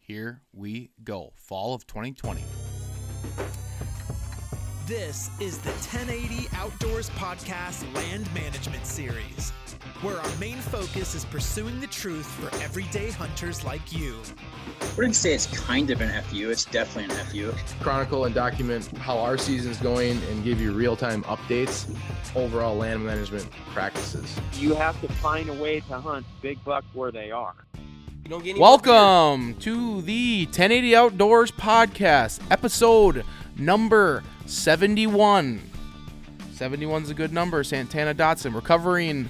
Here we go. Fall of 2020. This is the 1080 Outdoors Podcast Land Management Series, where our main focus is pursuing the truth for everyday hunters like you. I wouldn't say it's kind of an FU. It's definitely an FU. chronicle and document how our season's going and give you real-time updates overall land management practices you have to find a way to hunt big buck where they are. Welcome to the 1080 Outdoors Podcast, episode number 71. 71's a good number, Santana Dotson. We're covering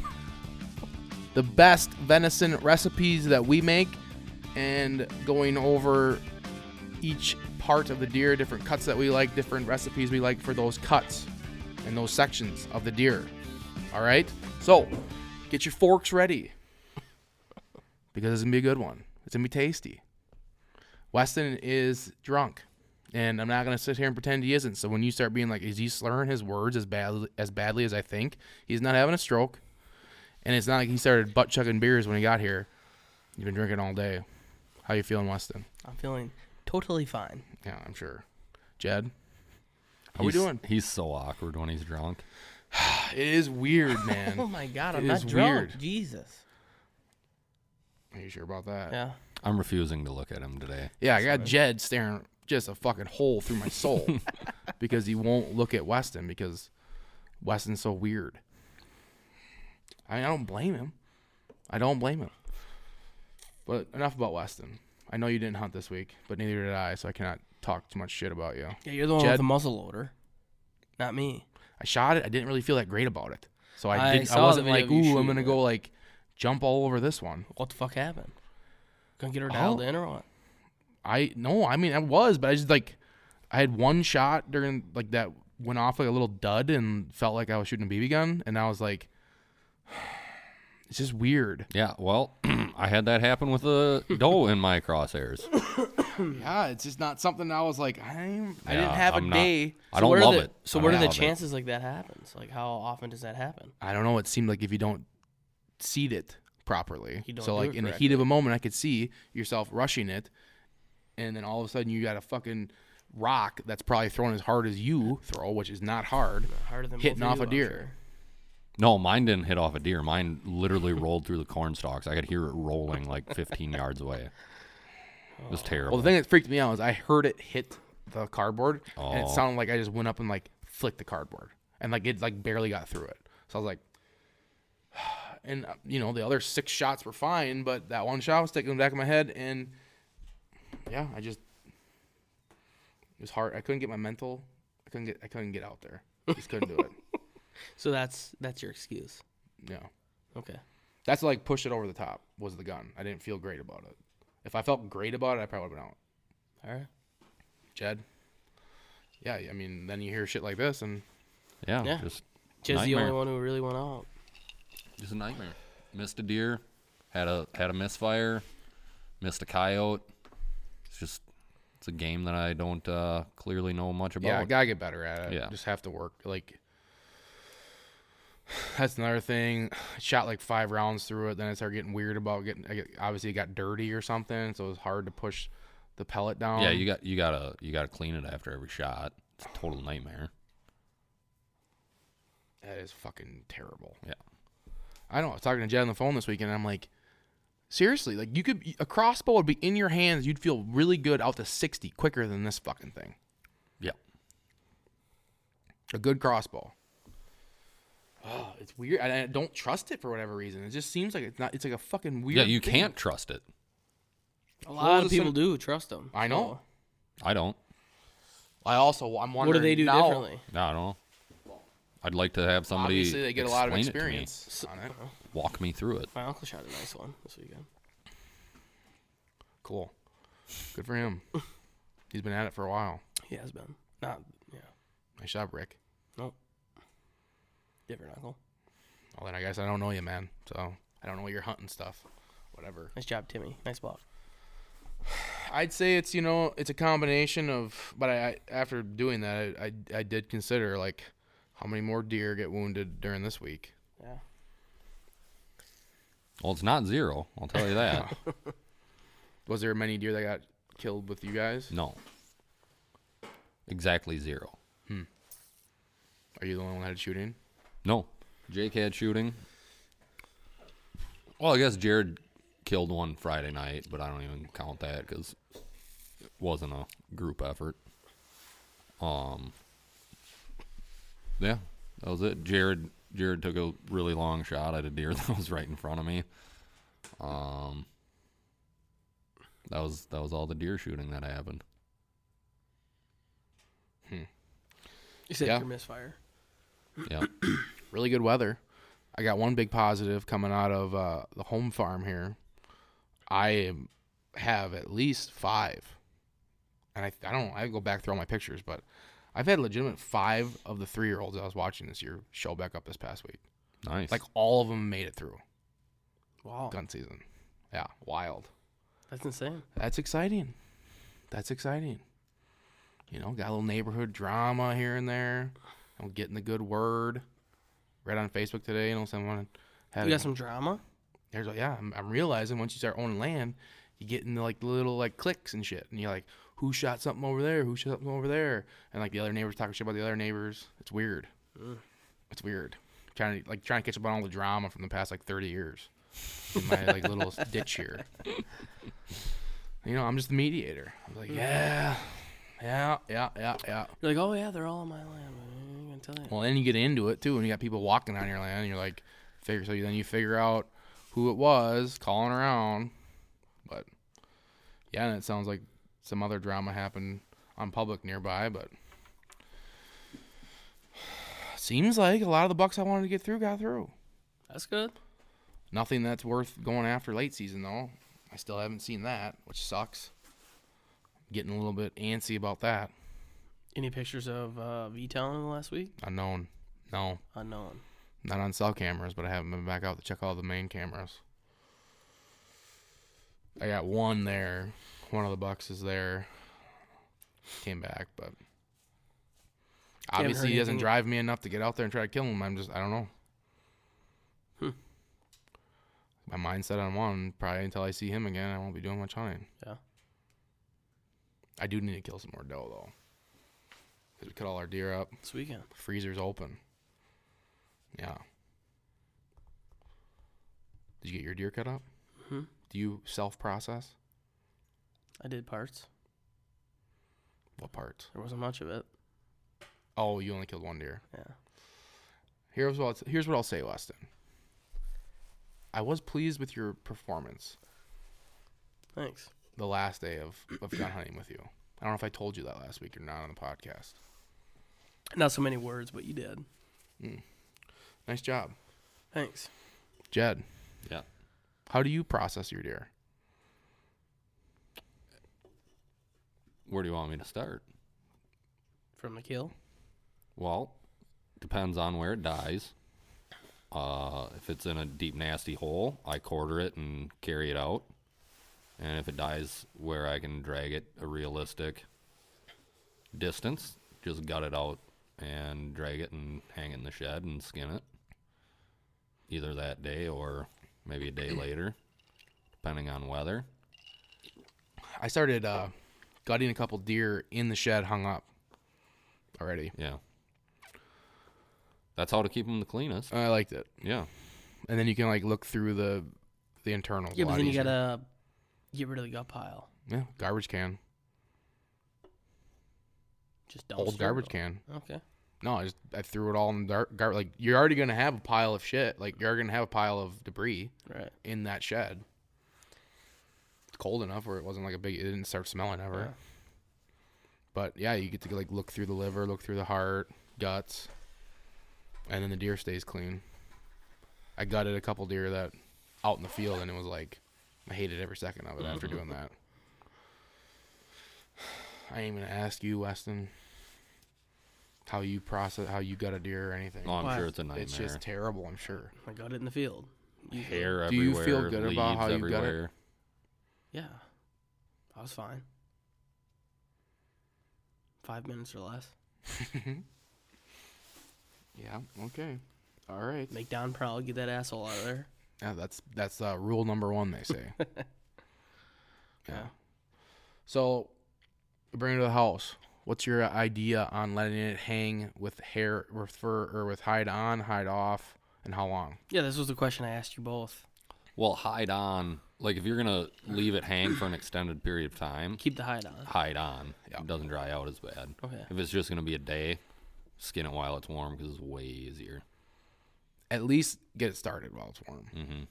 the best venison recipes that we make and going over each part of the deer, different cuts that we like, different recipes we like for those cuts and those sections of the deer. All right? So, get your forks ready because it's gonna be a good one. It's gonna be tasty. Weston is drunk, and I'm not gonna sit here and pretend he isn't. So when you start being like, is he slurring his words as badly as badly as I think? He's not having a stroke, and it's not like he started butt chugging beers when he got here. You've been drinking all day. How you feeling, Weston? I'm feeling totally fine. Yeah, I'm sure. Jed, how we He's- doing? He's so awkward when he's drunk. It is weird, man. Oh my god, It I'm is not drunk. weird. Jesus. Are you sure about that? Yeah. I'm refusing to look at him today. Yeah, I got Jed staring just a fucking hole through my soul because he won't look at Weston because Weston's so weird. I, mean, I don't blame him. I don't blame him. But enough about Weston. I know you didn't hunt this week, but neither did I, so I cannot talk too much shit about you. Yeah, you're the one Jed? with the muzzle loader. Not me. I shot it. I didn't really feel that great about it, so I, I didn't. I saw the wasn't video like, of you ooh, I'm shooting gonna it." go like jump all over this one. What the fuck happened? Gonna get her dialed Oh. in or what? I no, I mean I was, but I just like I had one shot during like that went off like a little dud and felt like I was shooting a BB gun, and I was like, it's just weird. Yeah, well, I had that happen with a doe in my crosshairs. Yeah, it's just not something I was like Uh, I'm, I Yeah, didn't have a I'm not- day. I don't what are love the- it. So I what don't are the love it. chances like that happens? Like how often does that happen? I don't know. It seemed like if you don't seed it properly, You don't so do like it in the heat correctly. of a moment, I could see yourself rushing it, and then all of a sudden you got a fucking rock that's probably thrown as hard as you throw, which is not hard. Harder than Hitting both off you, a I'm deer. sure. No, mine didn't hit off a deer. Mine literally rolled through the corn stalks. I could hear it rolling like 15 yards away. It was terrible. Oh. Well, the thing that freaked me out was I heard it hit the cardboard, and it Oh. sounded like I just went up and like flicked the cardboard, and like it like barely got through it. So I was like, and uh, you know the other six shots were fine, but that one shot was sticking in the back of my head, and yeah, I just it was hard. I couldn't get my mental. I couldn't get. I couldn't get out there. Just couldn't do it. So that's that's your excuse. Yeah. Okay. That's what, like pushed it over the top was the gun. I didn't feel great about it. If I felt great about it, I probably would have been out. All right. Jed. Yeah, I mean, then you hear shit like this, and yeah, Yeah. Just, Jid's the only Nightmare. one who really went out. just a nightmare. Missed a deer, had a had a misfire, missed a coyote. It's just it's a game that I don't uh, clearly know much about. yeah, I gotta get better at it. Oh. Yeah. just have to work. Like, that's another thing. I shot like five rounds through it, then I started getting weird about getting. I get, obviously, it got dirty or something, so it was hard to push the pellet down. Yeah, you got you gotta you gotta clean it after every shot. It's a total nightmare. that is fucking terrible. Yeah. I know. I was talking to Jed on the phone this weekend, and I'm like, seriously, like you could a crossbow would be in your hands, you'd feel really good out to sixty quicker than this fucking thing. Yeah. a good crossbow. Oh, it's weird. I, I don't trust it for whatever reason. It just seems like it's not. It's like a fucking weird. Yeah, you thing. can't trust it. A Well, lot of it's people an- do trust them. I know. I don't. I also I'm wondering What do they do now, differently? No, I don't know. I'd like to have somebody Obviously, they get a lot of explain it to me, experience on it. walk me through it. My uncle shot a nice one this weekend. Cool. Good for him. He's been at it for a while. He has been. Not yeah. Nice job, Rick. Nope. Different uncle. Well, then I guess I don't know you, man. So I don't know your hunting stuff. Whatever. Nice job, Timmy. Nice block. I'd say it's you know it's a combination of, but I, I after doing that I, I I did consider like how many more deer get wounded during this week. Yeah. Well, it's not zero. I'll tell you that. Was there many deer that got killed with you guys? No. Exactly zero. Are you the only one that had shooting? No. Jake had shooting. Well, I guess Jared killed one Friday night, but I don't even count that because it wasn't a group effort. Um. Yeah, that was it. Jared Jared took a really long shot at a deer that was right in front of me. Um. That was that was all the deer shooting that happened. You said Yeah. your misfire. Yeah. Really good weather. I got one big positive coming out of uh, the home farm here. I am- have at least five, and I, I don't. I go back through all my pictures, but I've had legitimate five of the three year olds I was watching this year show back up this past week. Nice. Like all of them made it through Wow, gun season. Yeah, wild. that's insane. That's exciting. That's exciting. You know, got a little neighborhood drama here and there. I'm getting the good word. Read on Facebook today, you know, someone had You a- got some drama. there's like, yeah, I'm, I'm realizing once you start owning land, you get into like little like clicks and shit, and you're like, who shot something over there? Who shot something over there? And like the other neighbors talking shit about the other neighbors. It's weird. It's weird. Trying to like trying to catch up on all the drama from the past like 30 years in my like little ditch here. You know, I'm just the mediator. I'm like, yeah, yeah, yeah, yeah, yeah. You're like, oh yeah, they're all on my land. I'm gonna tell you. Well, then you get into it too, and you got people walking on your land, and you're like, figure. So you, then you figure out who it was calling around, but yeah, and it sounds like some other drama happened on public nearby, but seems like a lot of the bucks I wanted to get through got through. That's good. Nothing that's worth going after late season though. I still haven't seen that, which sucks. Getting a little bit antsy about that. Any pictures of uh, V Town in the last week? Unknown. No, Unknown. Not on cell cameras, but I haven't been back out to check all the main cameras. I got one there. One of the bucks is there. Came back, but heard obviously he doesn't anything. drive me enough to get out there and try to kill him. I'm just I don't know. Hmm. My mind's set on one. Probably until I see him again, I won't be doing much hunting. Yeah. I do need to kill some more doe though, because we cut all our deer up This weekend. freezer's open. Yeah. Did you get your deer cut up? Mhm. Do you self process? I did parts. What parts? There wasn't much of it. Oh, you only killed one deer. Yeah. Here's what I'll, here's what I'll say, Weston. I was pleased with your performance Thanks. the last day of, of gun hunting with you. I don't know if I told you that last week or not on the podcast. Not so many words, but you did. Nice job. Thanks. Jed, yeah. how do you process your deer? Where do you want me to start? From the kill. Well, depends on where it dies. Uh, if it's in a deep, nasty hole, I quarter it and carry it out. And if it dies where I can drag it a realistic distance, just gut it out and drag it and hang it in the shed and skin it. Either that day or maybe a day later, depending on weather. I started uh, gutting a couple deer in the shed hung up already. Yeah. That's how to keep them the cleanest. I liked it. Yeah. and then you can like look through the the internals. Yeah, a but lot then you easier. gotta get rid of the gut pile. yeah garbage can, Just dumpster. old garbage it. can. Okay. No, I just I threw it all in the garbage. Like you're already gonna have a pile of shit. Like you're gonna have a pile of debris Right. in that shed. It's cold enough where it wasn't like a big. It didn't start smelling ever. Yeah. But yeah, you get to like look through the liver, look through the heart, guts, and then the deer stays clean. I gutted a couple deer that out in the field, and it was like I hated every second of it after doing that. I ain't gonna ask you, Weston, how you process, how you gut a deer or anything. Oh, I'm Why? sure it's a nightmare. it's just terrible, I'm sure. I got it in the field. You feel- hair Do you everywhere. feel good leaves about how you got it? everywhere. Yeah. I was fine. Five minutes or less. Yeah. Okay. All right. Make Don proud. Get that asshole out of there. Yeah, that's that's uh, rule number one. They say. yeah. So, bring it to the house. What's your idea on letting it hang with hair or fur or with hide on, hide off, and how long? Yeah, this was the question I asked you both. Well, hide on. Like if you're gonna leave it hang for an extended period of time, Keep the hide on. hide on. It doesn't dry out as bad. Oh, Okay. If it's just gonna be a day, skin it while it's warm because it's way easier. At least get it started while it's warm.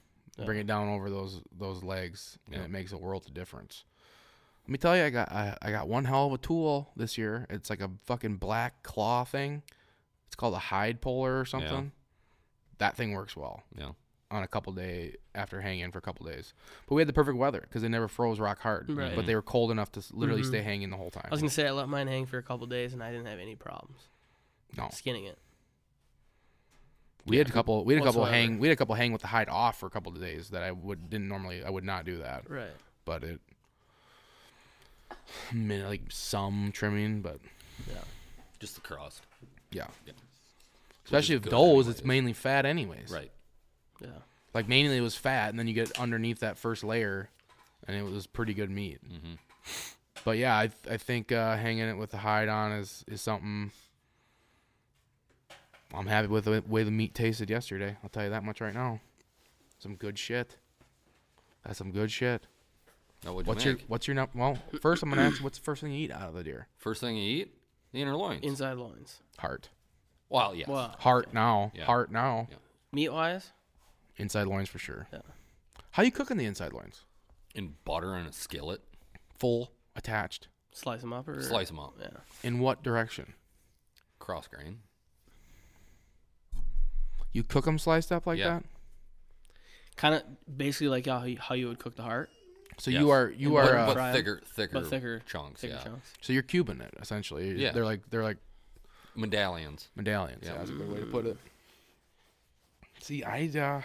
Bring it down over those those legs, and Yeah. it makes a world of difference. Let me tell you, I got I, I got one hell of a tool this year. It's like a fucking black claw thing. It's called a hide puller or something. That thing works well. Yeah. on a couple day after hanging for a couple days. But we had the perfect weather because they never froze rock hard, Right. Mm-hmm. but they were cold enough to s- literally stay hanging the whole time. I was gonna say I let mine hang for a couple days and I didn't have any problems no, skinning it. we had a couple. We had a couple Whatsoever. hang. We had a couple hang with the hide off for a couple of days that I would didn't normally. I would not do that, Right. but it. I mean, like some trimming, but Just the crust. yeah. Especially is if good those, it's anyways. mainly fat anyways. Right. Yeah. Like mainly it was fat, and then you get underneath that first layer, and it was pretty good meat. But yeah, I th- I think uh, hanging it with the hide on is is something. I'm happy with the way the meat tasted yesterday. I'll tell you that much right now. Some good shit. That's some good shit. Now, what'd you What's your make? what's your num- well? First, I'm gonna ask what's the first thing you eat out of the deer? first thing you eat? The inner loins. Inside loins. Heart. well, yes. Wow. Heart now. Yeah. Heart now. Yeah. Meat wise, Inside loins for sure. Yeah. How you cooking the inside loins? In butter and a skillet. Full attached. slice them up or Slice them up. Yeah. In what direction? Cross grain. You cook them sliced up like Yeah. that. Kind of basically like how you, how you would cook the heart, So Yes. you are you And are But, uh, but fry 'em. thicker, thicker, but thicker chunks. thicker yeah. chunks. so you're cubing it essentially. Yeah. They're like they're like Medallions. medallions. Yeah, Yeah. that's a good way to put it. See, I uh,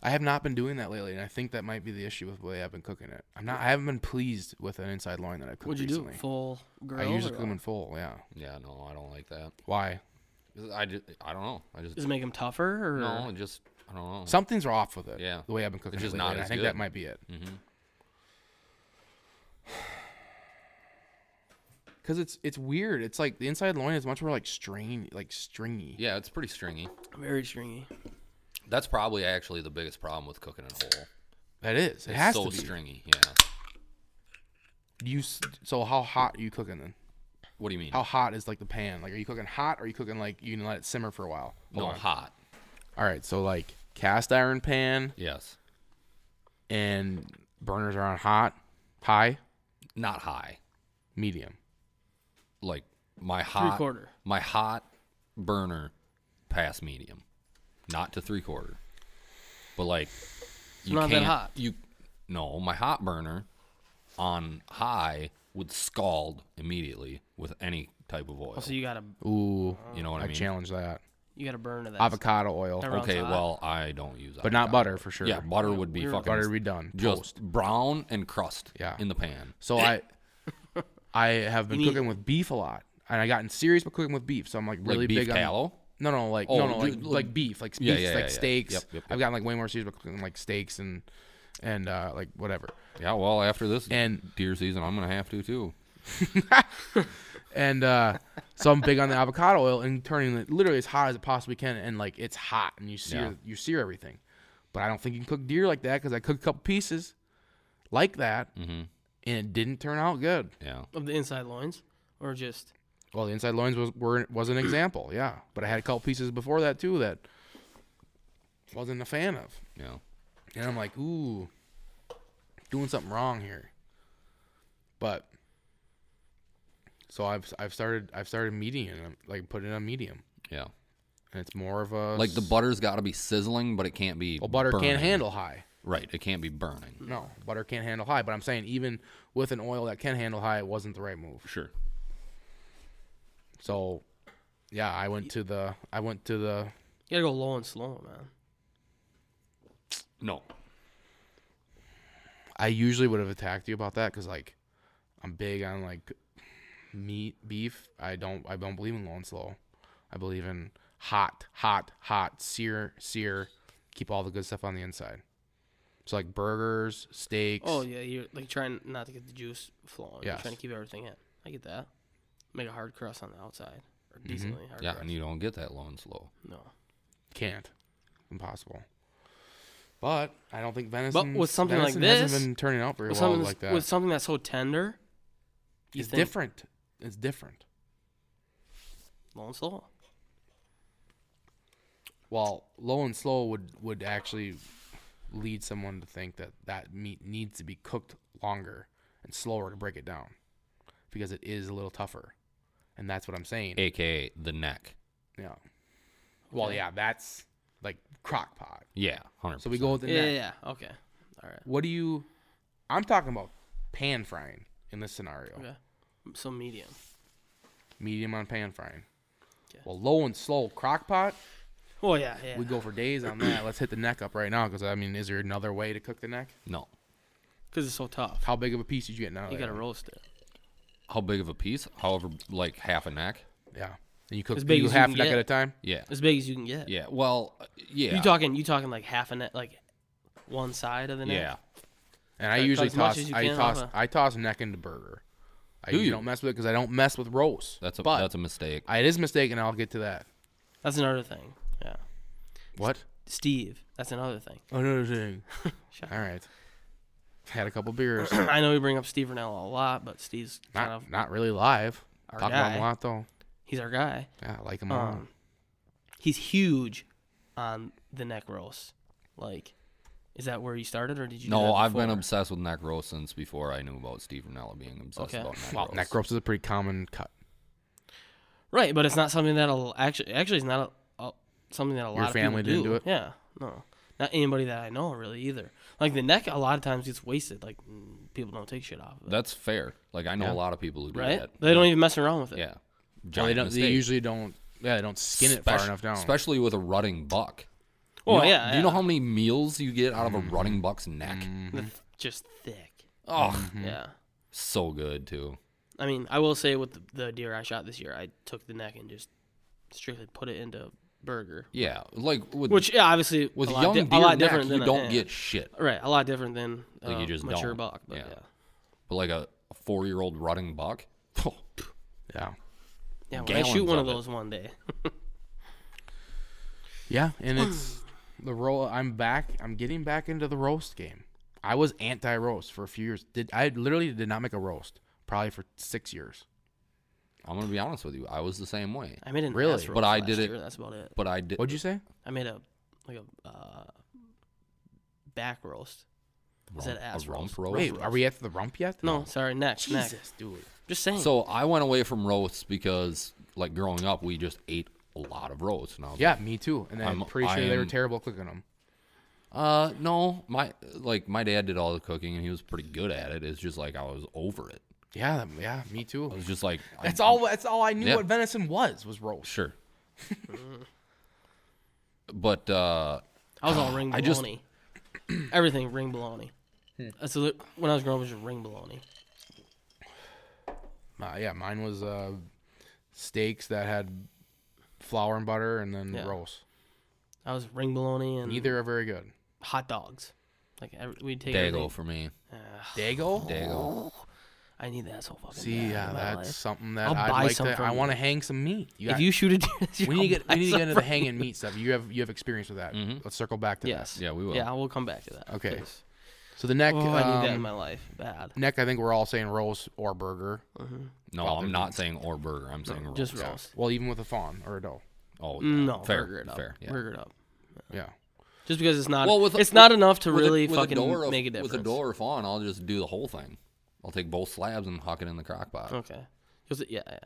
I have not been doing that lately, and I think that might be the issue with the way I've been cooking it. I'm not. I haven't been pleased with an inside loin that I've cooked Would you do recently. full grill? I usually or cook them what? in full. Yeah. Yeah. No, I don't like that. Why? 'Cause I just, I don't know. I just Does it make them tougher or no. I just, I don't know. Something's off with it. Yeah. The way I've been cooking It's it just lately, not and I as think that good. Mm-hmm. might be it. Cause it's it's weird. It's like the inside loin is much more like strain, like stringy. yeah, it's pretty stringy. very stringy? That's probably actually the biggest problem with cooking it whole. That is. It It's has so to be. stringy. Yeah. You s- so how hot are you cooking then? What do you mean? How hot is like the pan? Like are you cooking hot or are you cooking like you can let it simmer for a while? no, hot. All right, so like cast iron pan Yes. and burners are on hot, high, Not high. medium. Like my hot quarter. My hot burner past medium. Not to three quarter. But like you not that can't hot. you no, my hot burner on high would scald immediately with any type of oil. Oh, So you gotta Ooh, you know what I, I mean? challenge that. you gotta burn to that. Avocado oil, Never- Okay, hot. well I don't use but not avocado. butter for sure. Yeah, butter would be Weird. fucking butter be done. Toast. just brown and crust Yeah. in the pan. So I I have been You need- cooking with beef a lot. And I gotten serious about cooking with beef, so I'm like really like beef big on tallow. No, no, like Oh, no, no, ju- like, like- like beef, like Yeah, beef, yeah, like yeah, yeah. steaks. Yep, yep, I've yep. gotten like way more serious about cooking like steaks and and uh, like whatever. Yeah, well after this And- deer season I'm gonna have to too. And uh, so I'm big on the avocado oil and turning it literally as hot as it possibly can, and like it's hot and you sear Yeah. you sear everything. But I don't think you can cook deer like that because I cooked a couple pieces like that, Mm-hmm. and it didn't turn out good. Yeah. of the inside loins or just Well, the inside loins was were, was an example, yeah. But I had a couple pieces before that too that wasn't a fan of. Yeah. And I'm like, ooh, doing something wrong here. But so I've I've started I've started medium and I'm, like put it on medium, Yeah. and it's more of a Like the s- butter's got to be sizzling, but it can't be. well, butter burning. can't handle high. Right, it can't be burning. No, butter can't handle high. But I'm saying even with an oil that can handle high, it wasn't the right move. Sure. So yeah, I went to the I went to the you gotta go low and slow, man. No. I usually would have attacked you about that because like I'm big on like meat, beef. I don't I don't believe in low and slow. I believe in hot, hot, hot, sear, sear. Keep all the good stuff on the inside. So like burgers, steaks. Oh yeah, you're like trying not to get the juice flowing. You're Yes. trying to keep everything in. I get that. Make a hard crust on the outside or Mm-hmm. decently hard Yeah, crust. and you don't get that low and slow. no. Can't. Impossible. But I don't think Venice. with something like this- hasn't been turning out very With well something, like that's- that. with something that's so tender, you it's think different. It's different. Low and slow. Well, low and slow would would actually lead someone to think that that meat needs to be cooked longer and slower to break it down because it is a little tougher. And that's what I'm saying. AKA the neck. Yeah. Well, Okay. yeah, that's like crock pot. Yeah, 100%. So we go with the Yeah, neck. yeah, yeah. Okay. All right. What do you? I'm talking about pan frying in this scenario. Okay. So medium. Medium on pan frying. Okay. Well, low and slow crock pot. Oh yeah, yeah. We go for days on that. Let's hit the neck up right now because I mean, is there another way to cook the neck? No. Because it's so tough. How big of a piece did you get now? You gotta roast it. How big of a piece? However, like half a neck? Yeah. And you cook As big you as you half can neck get. at a time. Yeah. As big as you can get. Yeah. Well, yeah. You talking? You talking like half a net, like one side of the net? Yeah. And I Cut- cut usually as much toss. as you I can toss. off a- I toss neck into burger. I Do usually you? don't mess with it because I don't mess with roast. That's a but that's a mistake. I- it is a mistake, and I'll get to that. That's another thing. Yeah. What? Steve, that's another thing. Another thing. Shut All right. Had a couple beers. I know we bring up Steve Renella a lot, but Steve's kind not of not really live. Our Talk about guy. him a lot though. he's our guy. Yeah, I like him a lot. Um, he's huge on the neck roast. Like, is that where you started, or did you? do that No, I've been before? obsessed with neck roast since before I knew about Steve Renella being obsessed Okay. about neck Well, roast. neck ropes is a pretty common cut. Right, but it's not something that'll actually actually it's not a, a, something that a lot of people family didn't do. do it? Yeah, no, not anybody that I know really either. Like the neck, a lot of times gets wasted. Like mm, people don't take shit off of it, That's fair. Like I know a lot of people who do right? that. They don't even mess around with it. Yeah. Well, they Giant don't. They mistake. usually don't. Yeah, they don't skin it far Spec- enough down. Especially with a rutting buck. You Oh know- yeah. Do you know yeah. how many meals you get out of a Mm-hmm. rutting buck's neck? The th- just thick. Oh, Yeah. so good too. I mean, I will say with the, the deer I shot this year, I took the neck and just strictly put it into burger, Yeah, like with which yeah, obviously with a lot young di- deer a lot neck, different you than a- don't yeah. get shit. right a lot different than uh, Like, you just mature don't. buck, but Yeah. yeah. But like a, a four-year-old rutting buck, Yeah. Yeah, when I shoot Gallons one of of it. those one day. Yeah, and it's the roll. I'm back. I'm getting back into the roast game. I was anti-roast for a few years. Did I literally did not make a roast probably for six years. I'm gonna be honest with you, I was the same way. I made an Really? ass roast But I last did it- year, That's about it. But I did. What'd you say? I made a like a uh, back roast. Is that Rump- ass a rump roast? roast? Wait, are we at the rump yet? No, sorry, neck, neck. Jesus, dude. Just saying. So I went away from roasts because, like, growing up, we just ate a lot of roasts. And I was Yeah, me too. And I'm I'm- pretty sure they were I'm- terrible cooking them. like, uh, no, my like my dad did all the cooking and he was pretty good at it. It's just like I was over it. Yeah, yeah, me too. I was just like, I- That's all. That's all I knew Yeah. what venison was was roast. Sure. but uh, I was all ring I just- baloney. Everything ring baloney. That's a, li- when I was growing up, it was ring baloney. Uh, yeah, mine was uh, steaks that had flour and butter, and then Yeah. roast. I was ring baloney and Neither are very good. hot dogs. Like every, we'd take. Dago everything. for me. Dago. Dago. I need that so fucking. See, bad yeah, in my that's life. something that I'll i buy like some to. I from want to you. hang some meat. You If got- you shoot a deer, this year, we need to I'll get buy we need to some get into the from- Mm-hmm. hanging meat stuff. You have you have experience with that. Let's circle back to Yes. that. Yeah, we will. Yeah, we'll come back to that. Okay. 'cause- So the neck, Oh, I need that in um, my life bad. neck. I think we're all saying roast or burger. No, I'm not saying or burger. I'm saying Just roast. roast. Mm, Well, even with a fawn or a doe. Oh, yeah. No, fair, burger it up. fair. Yeah. Burger it up. Yeah. Just because it's not, Well, with- it's not with- enough to with a- really with a fucking door of- make a difference. With a door of on, I'll just do the whole thing. I'll take both slabs and huck it in the crock pot. Okay. 'Cause it- yeah, yeah.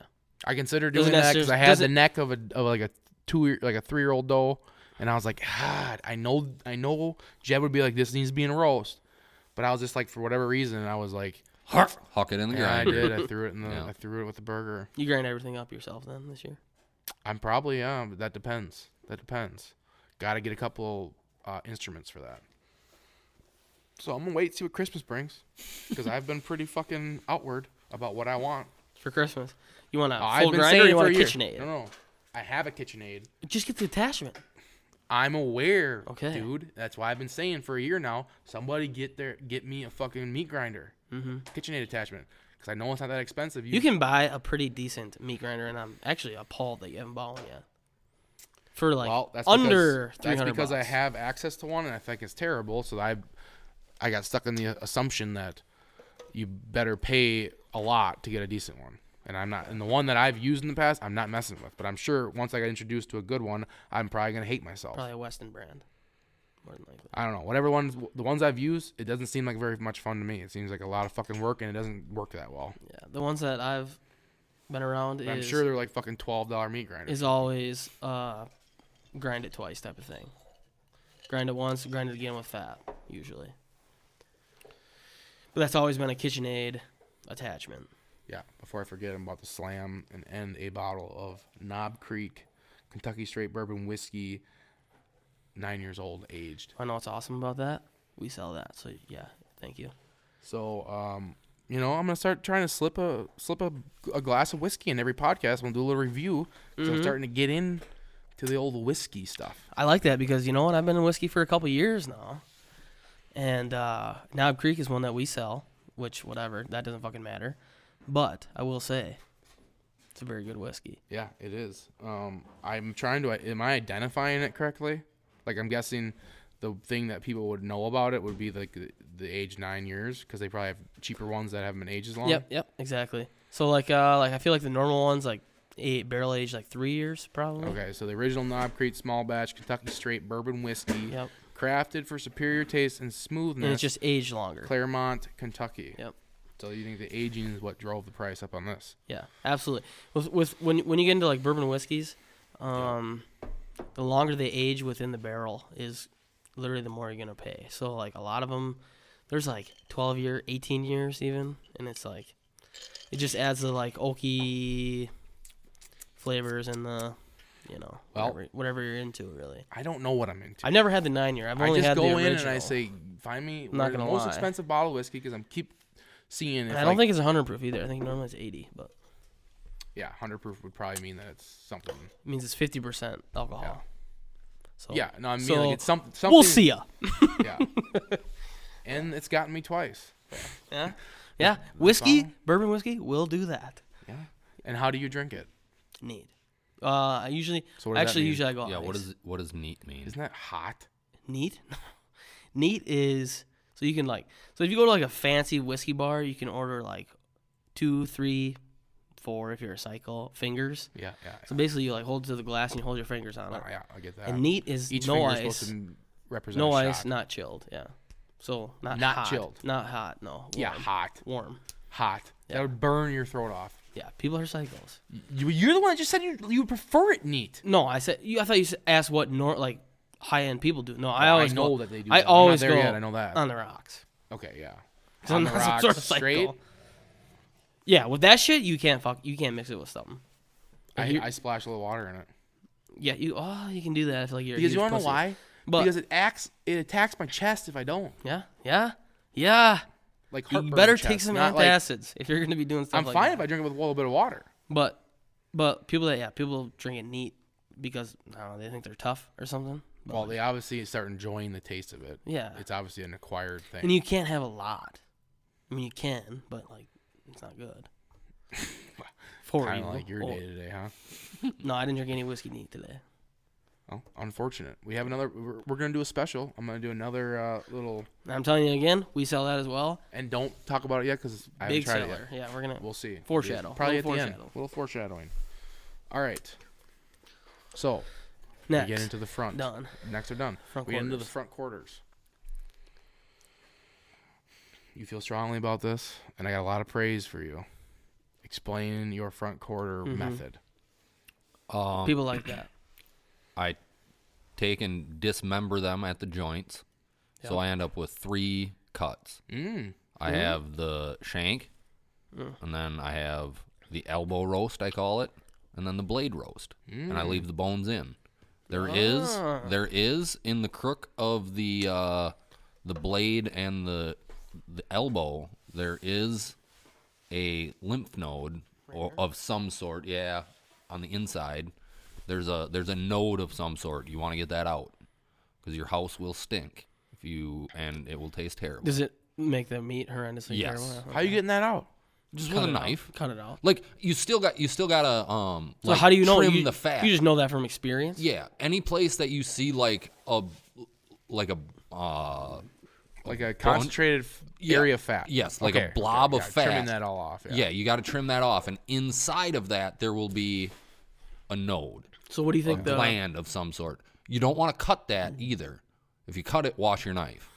I consider doing Doesn't that because necessar- I had the doesn't- neck of a of like a two year like a three year old doe, and I was like, God, I know I know Jeb would be like, this needs to be in a roast, but I was just like, for whatever reason, I was like, Huck, huck it in the yeah, I grinder. did. I threw it in the Yeah. I threw it with the burger. You grind everything up yourself then this year. I'm probably yeah, but that depends. That depends. Got to get a couple uh, instruments for that. So I'm gonna wait see what Christmas brings, because I've been pretty fucking outward about what I want. For Christmas, you want a I've full been grinder or saying you for want a a year. KitchenAid? No, no, I have a KitchenAid. Just get the attachment. I'm aware, Okay. dude. That's why I've been saying for a year now. Somebody get there, get me a fucking meat grinder, mm-hmm. KitchenAid attachment, because I know it's not that expensive. You can buy a pretty decent meat grinder, and I'm actually appalled that you haven't bought one yet. For like well, that's under because, three that's hundred. because I have access to one, and I think it's terrible. So I, I got stuck in the assumption that you better pay a lot to get a decent one. And I'm not, and the one that I've used in the past, I'm not messing with. But I'm sure once I get introduced to a good one, I'm probably gonna hate myself. probably a Weston brand, more than likely. I don't know. Whatever ones, the ones I've used, it doesn't seem like very much fun to me. It seems like a lot of fucking work, and it doesn't work that well. Yeah, the ones that I've been around But I'm is sure they're like fucking twelve dollar meat grinders. is always uh, grind it twice type of thing. Grind it once, grind it again with fat usually. But that's always been a KitchenAid attachment. Yeah. Before I forget, I'm about to slam and end a bottle of Knob Creek Kentucky Straight Bourbon Whiskey, nine years old, aged. I know what's awesome about that. We sell that, so yeah, thank you. So, um, you know, I'm gonna start trying to slip a slip a, a glass of whiskey in every podcast. We'll do a little review. So I'm starting to get in to the old whiskey stuff. I like that because you know what? I've been in whiskey for a couple years now, and uh, Knob Creek is one that we sell. Which, whatever, that doesn't fucking matter. But I will say, it's a very good whiskey. Yeah, it is. Um, I'm trying to. Am I identifying it correctly? Like, I'm guessing the thing that people would know about it would be like the, the age nine years because they probably have cheaper ones that haven't been aged as long. Yep, yep, exactly. So like, uh, like I feel like the normal ones like eight barrel aged like three years probably. Okay, so the original Knob Creek small batch Kentucky straight bourbon whiskey, Yep. crafted for superior taste and smoothness. And it's just aged longer. Claremont, Kentucky. Yep. So you think the aging is what drove the price up on this? Yeah, absolutely. With, with when when you get into like bourbon whiskeys, um, the longer they age within the barrel is literally the more you're gonna pay. So like a lot of them, there's like 12 year, 18 years even, and it's like it just adds the like oaky flavors and the you know Well- whatever, whatever you're into really. I don't know what I'm into. I've never had the nine year. I've I only just had go the in original. and I say, find me not where the gonna most lie. expensive bottle of whiskey because I'm keep seeing. If And I don't like, think it's 100 proof either. I think normally it's 80, but Yeah, hundred proof would probably mean that it's something. it means it's 50% alcohol. So Yeah, no, I mean Oh. so like it's some, something. we'll see ya. Yeah, and it's gotten me twice. Yeah. Yeah. Whiskey, bourbon whiskey will do that. Yeah. And how do you drink it? Need. Uh, I usually So what does that actually mean? usually I go. Yeah, what ice. does what does neat mean? Isn't that hot? neat? neat is so you can like so if you go to like a fancy whiskey bar, you can order like two, three, four if you're a cycle fingers. Yeah, yeah. So basically, you like hold it to the glass and you hold your fingers on yeah, it. yeah, I get that. And neat is Each no finger ice. is supposed to m- represent No a ice, shot. not chilled. Yeah. So not Not hot, chilled. Not hot. No. Yeah, warm. hot, Warm. hot. That would burn your throat off. Yeah. People are cycles. You, you're the one that just said you you prefer it neat. No, I said. You, I thought you s- asked what nor like high end people do. No, I always know go- that they do I that. I'm not always there go yet, I know that. on the rocks. Okay, yeah. 'Cause I'm not some sort of psycho. straight. Yeah, with that shit, you can't fuck. You can't mix it with something. I, you- I splash a little water in it Yeah, you. Oh, you can do that. I feel like you're. a because huge you want to know pussy. why? But- because it acts, it attacks my chest if I don't. Yeah, yeah, yeah. Like You heartburn better chest, take some not like- antacids if you're gonna be doing stuff. I'm like fine that. if I drink it with a little bit of water. But but people that yeah people drink it neat because I don't know they think they're tough or something. But, Well, they obviously start enjoying the taste of it. Yeah. it's obviously an acquired thing. and you can't have a lot. I mean you can, but like it's not good. For kind you. of like your Oh, day today, huh? No, I didn't drink any whiskey neat today. Well, unfortunate. We have another. We're, we're gonna do a special. I'm gonna do another uh, little. And I'm telling you again, we sell that as well. And don't talk about it yet because I haven't Big tried seller. it yet. Yeah, we're gonna. We'll see. Foreshadow. Probably at Little the end. foreshadow. little foreshadowing. All right. So next. we get into the front. Done. Next are done. Front we get into the quarters. front quarters. You feel strongly about this, and I got a lot of praise for you. Explain your front quarter Mm-hmm. method. Um, People like that. I take and dismember them at the joints. So I end up with three cuts. Mm. I have the shank, and then I have the elbow roast, I call it, and then the blade roast. And I leave the bones in. There is there is in the crook of the uh, the blade and the the elbow, there is a lymph node or of some sort. Yeah, on the inside, there's a there's a node of some sort. You want to get that out. because your house will stink if you and it will taste terrible. Does it make the meat horrendously Yes. terrible? How you getting that out? just Cut with a it out. knife. Cut it out. Like you still got you still gotta um. So like, how do you know? trim you, the fat? you just know that from experience. yeah. Any place that you see like a like a uh Like a concentrated f Yeah. area of fat. yes like Okay, a blob okay, of yeah, fat. Trimming that all off. Yeah, you got to trim that off, and inside of that there will be a node, So what do you think the Mm. gland of some sort. You don't want to cut that either. If you cut it, wash your knife.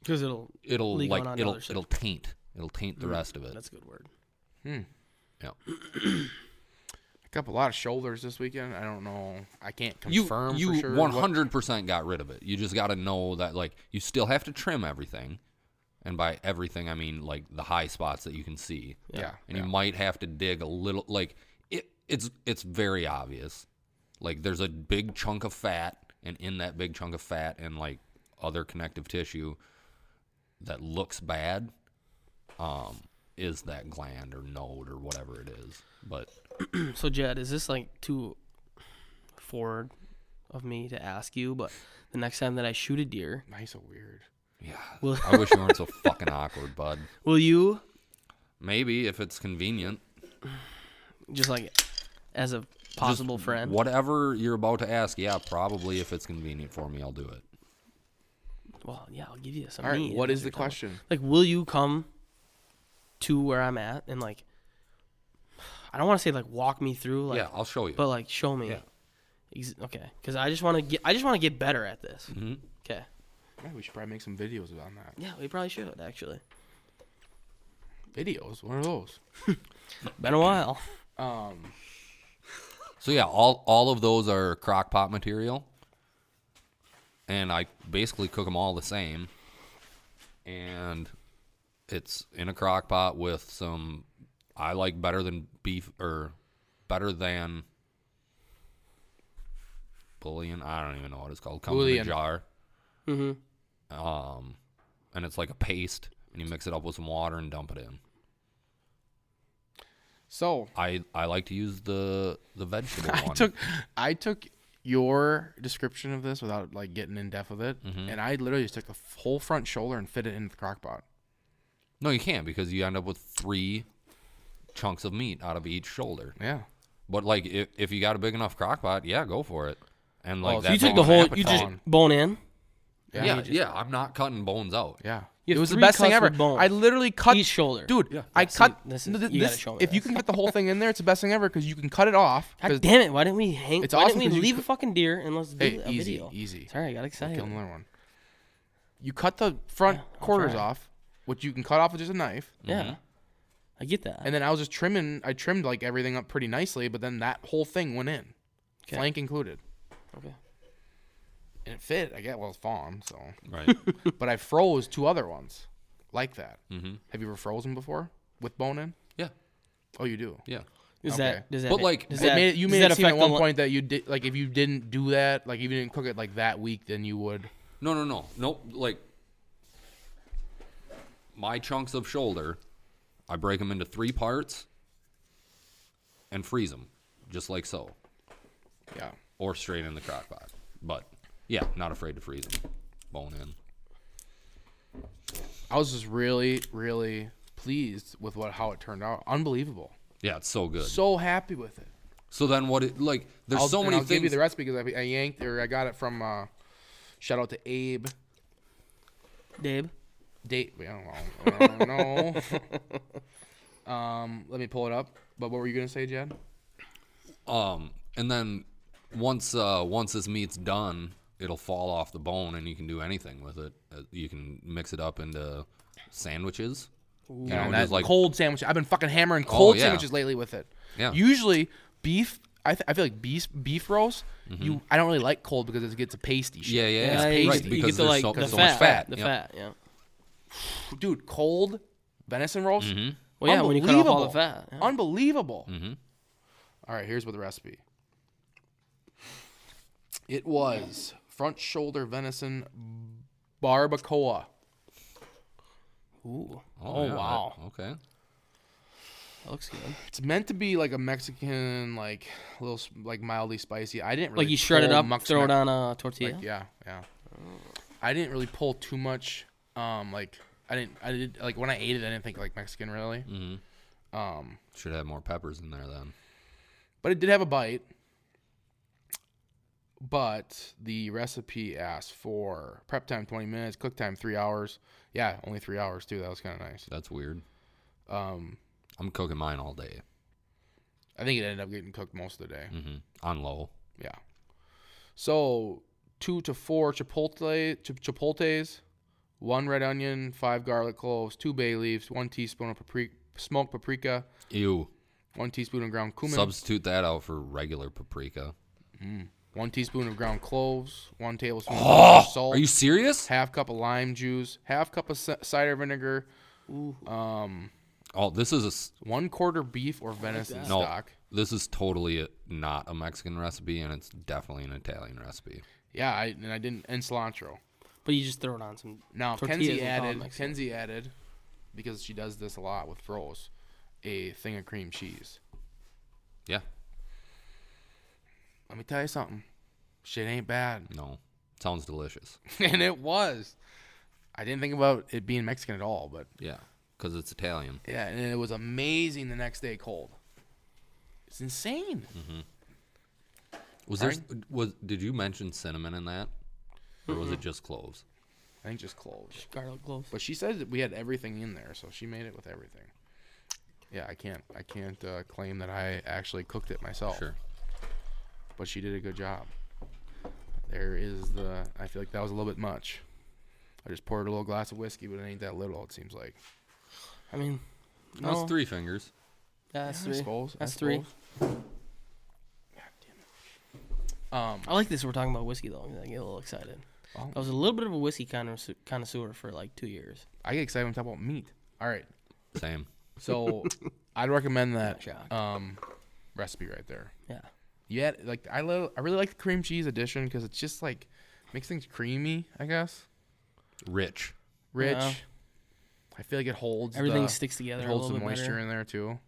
Because it'll It'll leak like on onto it'll other shit. it'll taint. It'll taint the rest of it. That's a good word. Yeah. Pick up a lot of shoulders this weekend. I don't know. I can't You confirm for you sure. one what- hundred percent got rid of it. You just got to know that like you still have to trim everything, and by everything I mean like the high spots that you can see. Yeah. and you might have to dig a little like it it's it's very obvious like there's a big chunk of fat and in that big chunk of fat and like other connective tissue that looks bad um is that gland or node or whatever it is but So Jed, is this like too forward of me to ask you? But the next time that I shoot a deer, Nice so weird. yeah Well- i wish you weren't so fucking awkward bud will you maybe if it's convenient just like as a possible friend? whatever you're about to ask yeah probably if it's convenient for me i'll do it Well, yeah, I'll give you some. All right. meat. What That's is the you're talking about. question? Like, will you come to where I'm at and like? I don't want to say like walk me through like yeah i'll show you but like show me. Yeah. Ex- okay, because I just want to get I just want to get better at this. Mm-hmm. Okay. Yeah, we should probably make some videos on that. Yeah, we probably should actually. Videos. What are those? Been a while. Um. So yeah, all all of those are crock pot material, and I basically cook them all the same. And it's in a crock pot with some I like better than beef or better than bullion. I don't even know what it's called. Comes Bouillon. in a jar. Mm-hmm. Um, and it's like a paste, and you mix it up with some water and dump it in. So I I like to use the the vegetable I one. took I took your description of this without like getting in depth with it, Mm-hmm. and I literally just took the whole front shoulder and fit it into the crock pot. No, you can't because you end up with three chunks of meat out of each shoulder. Yeah. But like, if, if you got a big enough crock pot, yeah, go for it. And like, Oh, so that's you took all the I'm whole. at. You just appetite. bone in. yeah, yeah, I'm not cutting bones out. Yeah. You have it was the three best thing cuts ever. with bones. I literally cut Each shoulder. dude. Yeah. I Yeah, see, cut this this. is- Is, you gotta show me if you this. can cut the whole thing in there, it's the best thing ever because you can cut it off. 'cause- God damn it! Why didn't we hang? It's why awesome didn't 'cause we you leave c- a fucking deer and let's do Hey, a easy, video? easy. Sorry, I got excited. Kill another one. You cut the front quarters try. off, which you can cut off with just a knife. Yeah, I get that. Mm-hmm. And then I was just trimming. I trimmed like everything up pretty nicely, but then that whole thing went in, Okay. flank included, okay. and it fit. I get well, it's fawn, so. Right. But I froze two other ones, like that. Mm-hmm. Mhm. Have you ever frozen before with bone in? yeah. Oh, you do. Yeah. Is Okay. that does that? But, ma- like, does It that, made it- you does made that it seem at affect the one lo- point that you did like if you didn't do that, like if you didn't cook it like that week, then you would. No, no, no, nope. Like my chunks of shoulder, I break them into three parts and freeze them, just like so, Yeah. or straight in the crock pot. But yeah, not afraid to freeze them, bone in. I was just really, really pleased with what how it turned out. Unbelievable. Yeah, it's so good. So happy with it. So then what it like there's I'll, so and many I'll give you things the rest because I, I yanked or I got it from. Uh, shout out to Abe. Dave? Date. I don't, I don't know. um, let me pull it up. But what were you gonna say, Jed? um and then once uh once this meat's done, it'll fall off the bone and you can do anything with it. Uh, You can mix it up into sandwiches. You know, And just that like Oh, cold sandwich. I've been fucking hammering cold yeah. sandwiches lately with it. Yeah. Usually beef. I, th- I feel like beef beef roast. You I don't really like cold because it gets a pasty. Shit. Mm-hmm. yeah, yeah, yeah. you, right, get- you get because the there's like so, the so fat, much fat. the yeah. fat. Yeah. Dude, cold venison roast. Mm-hmm. Well, yeah, when you cut off all the Unbelievable. fat. yeah. Mm-hmm. Unbelievable. All right, here's what the recipe. It was front shoulder venison barbacoa. Ooh. Oh, yeah, that- wow. Okay. That looks good. It's meant to be like a Mexican, like little, s- like mildly spicy. I didn't really like you shred it pull up, much throw it Mex- on a tortilla. Like, yeah, yeah. I didn't really pull too much. Um, like I didn't, I did like when I ate it, I didn't think like Mexican really. Um, Should have more peppers in there then. but it did have a bite. But the recipe asks for prep time 20 minutes, cook time three hours. Yeah, only three hours too. That was kind of nice. That's weird. Um, I'm cooking mine all day. I think it ended up getting cooked most of the day. hmm On low. Yeah. So two to four chipotle chip chipotles, one red onion, five garlic cloves, two bay leaves, one teaspoon of paprika, smoked paprika, Ew. one teaspoon of ground cumin, Substitute that out for regular paprika. one teaspoon of ground cloves, one tablespoon of salt, Oh. Are you serious? half cup of lime juice, half cup of ci- cider vinegar, Oh, this is a s- one quarter beef or venison no. stock. This is totally a, not a Mexican recipe, and it's definitely an Italian recipe. Yeah, I, and I didn't and cilantro. But you just throw it on some. Now tortillas Kenzie and call it added Mexican. Kenzie added because she does this a lot with rolls, a thing of cream cheese. Yeah. Let me tell you something. Shit ain't bad. No. Sounds delicious. and it was. I didn't think about it being Mexican at all, but Yeah, because it's Italian. yeah, and it was amazing the next day cold. It's insane. Was there was did you mention cinnamon in that, or was it just cloves? I think just cloves. Garlic cloves. But she said that we had everything in there, so she made it with everything. Yeah, I can't I can't uh, claim that I actually cooked it myself. Sure. But she did a good job. There is the I feel like that was a little bit much. I just poured a little glass of whiskey, but it ain't that little, it seems like. I mean, That's no. three fingers. Yeah, that's I three. suppose, I That's three. suppose. Um I like this. We're talking about whiskey though. I get a little excited. Oh. I was a little bit of a whiskey connoisseur, connoisseur for like two years. I get excited when we talk about meat. All right. Same. So I'd recommend that Shocked. um, recipe right there. Yeah. Yeah, like I lo- I really like the cream cheese addition because it's just like makes things creamy, I guess. Rich. Rich. Yeah. I feel like it holds Everything the- sticks together It a holds little some bit moisture better. in there too.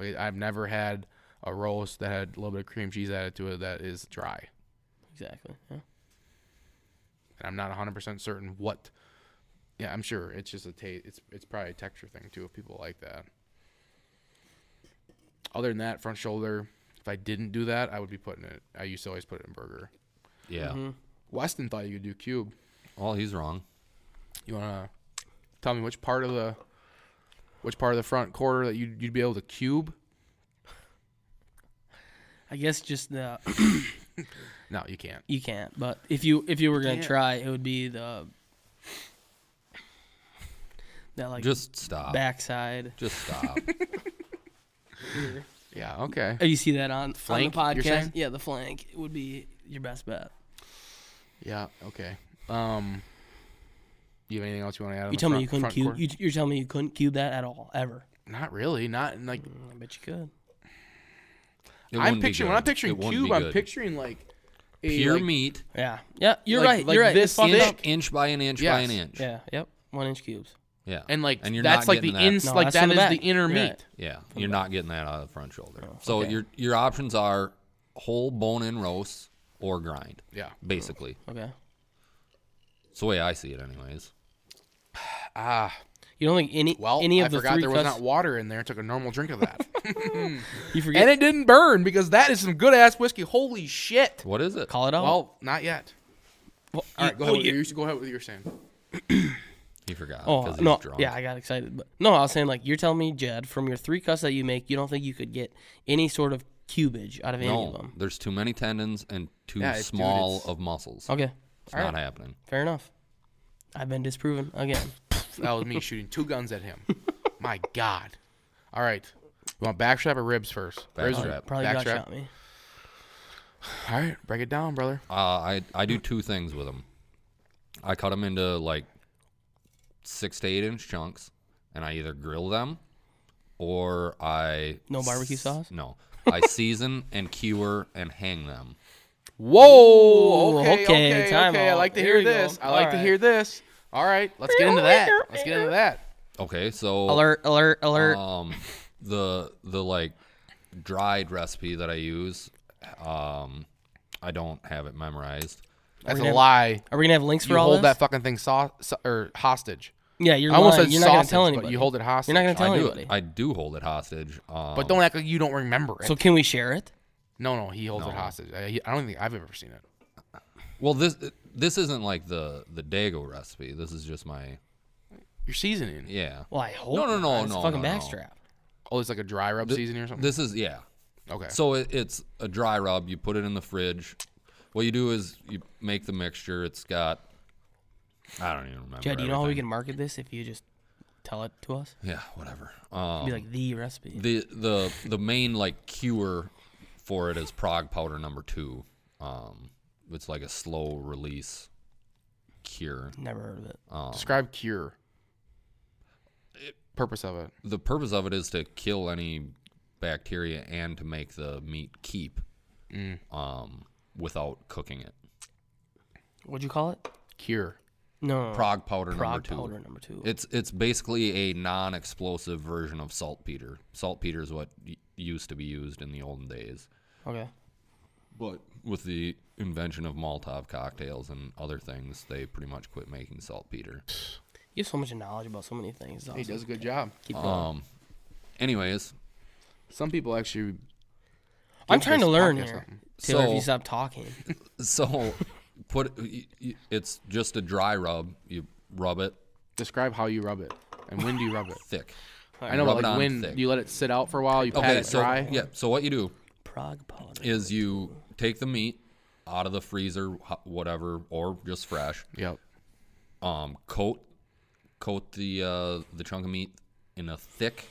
Like I've never had a roast that had a little bit of cream cheese added to it that is dry. Exactly. Yeah. And I'm not 100% certain what Yeah, I'm sure it's just a taste it's it's probably a texture thing too if people like that. Other than that, front shoulder, if I didn't do that, I would be putting it. I used to always put it in burger. Yeah. Mm-hmm. Weston thought you could do cube. Well, he's wrong. You want to tell me which part of the which part of the front quarter that you you'd be able to cube? I guess just the No, you can't. you can't. But if you if you were gonna Can't. try, it would be the that like Just stop. backside. Just stop. Yeah, okay. Oh, you see that on Flank, on you're the saying? podcast? Yeah, the flank would be your best bet. Yeah, okay. Um you have anything else you want to add? on You the tell me front- you couldn't front cube. quarter? You, you're telling me you couldn't cube that at all, ever. Not really. Not in, like I bet you could. It I'm wouldn't be picturing good. when I'm It picturing wouldn't be cube, I'm good. picturing like a, pure like- meat, Yeah. Yeah. You're Like- right. like you're right. this It's fucked thick? up. inch by an inch by an Yes. inch. Yeah. Yep. One inch cubes. Yeah. and like and you're that's not like the getting that. ins No, like that's that from is the the back. inner You're meat. right. Yeah, you're not getting that out of the front shoulder. Oh, so your your options are whole bone-in roast or grind, Yeah. basically. Okay. It's the way I see it, anyways. You don't think any Well, any of I the forgot three there was cuts- not water in there. Took a normal drink of that, you forget and it didn't burn because that is some good ass whiskey. Holy shit! What is it? call it out. Well, not yet. Well, All right, you- go oh, ahead. with- you- you should go ahead with what you're saying. He forgot Oh because no! he's drunk. Yeah, I got excited. But no, I was saying like you're telling me, Jed, from your three cuts that you make, you don't think you could get any sort of cubage out of any of no, them? there's too many tendons and too Yeah, it- dude, small it's- of muscles. Okay, It's not happening. fair enough. I've been disproven again. That was me shooting two guns at him. My God! All right, you want backstrap or ribs first? Back Ribs or- strap. Probably Backstrap? got shot me. All right, break it down, brother. Uh, I I do two things with them. I cut them into like six to eight inch chunks, and I either grill them or I No barbecue sauce? No, I season and cure and hang them. Whoa! Ooh, Okay, okay, okay, okay. time I out. like to hear Here we go. this. I like to Alright. hear this. All right, let's get into that. Let's get into that. Okay, so Alert! Alert! Alert! um the the like dried recipe that I use, um, I don't have it memorized. That's gonna a have- lie. Are we gonna have links You for all hold this? that fucking thing so, so- or hostage. yeah, you're. I almost lying. said you're not gonna sausage, tell but anybody. you hold it hostage. You're not gonna tell I do. anybody. I do hold it hostage. Um, But don't act like you don't remember it. so can we share it? no, no, he holds it hostage. I, he- I don't think I've ever seen it. Well, this this isn't like the the Dago recipe. This is just my You're seasoning. yeah. Well, I hope. no, not. no, It's no, Fucking no, no. backstrap. Oh, it's like a dry rub seasoning or something. This is yeah. okay. So it, it's a dry rub. You put it in the fridge. What you do is you make the mixture. It's got I don't even remember. Jed, do you know how we can everything. market this if you just tell it to us? Yeah, whatever. It'd Um, be like the recipe. the the the main like cure for it is Prague powder number two. Um, it's like a slow release cure. Never heard of it. uh, um, Describe cure. Purpose of it. The purpose of it is to kill any bacteria and to make the meat keep um, without cooking it. What'd you call it? Cure. No. Prague powder number Prague two. powder number two. It's it's basically a non-explosive version of saltpeter. Saltpeter is what y- used to be used in the olden days. okay. But with the invention of Molotov cocktails and other things, they pretty much quit making saltpeter. You have so much knowledge about so many things. It's He awesome. does a good job. Keep going. Um, anyways, Some people actually. I'm give trying to this learn podcast here. something. Taylor, if So- you stop talking. so put y- y- it's just a dry rub. You rub it Describe how you rub it and when do you rub it. thick. I know, Rub but it like on when thick. you let it sit out for a while, you pat Okay, it so dry. yeah, so what you do Prague powder. is you take the meat out of the freezer, ho- whatever, or just fresh. Yep. um, coat coat the uh, the chunk of meat in a thick,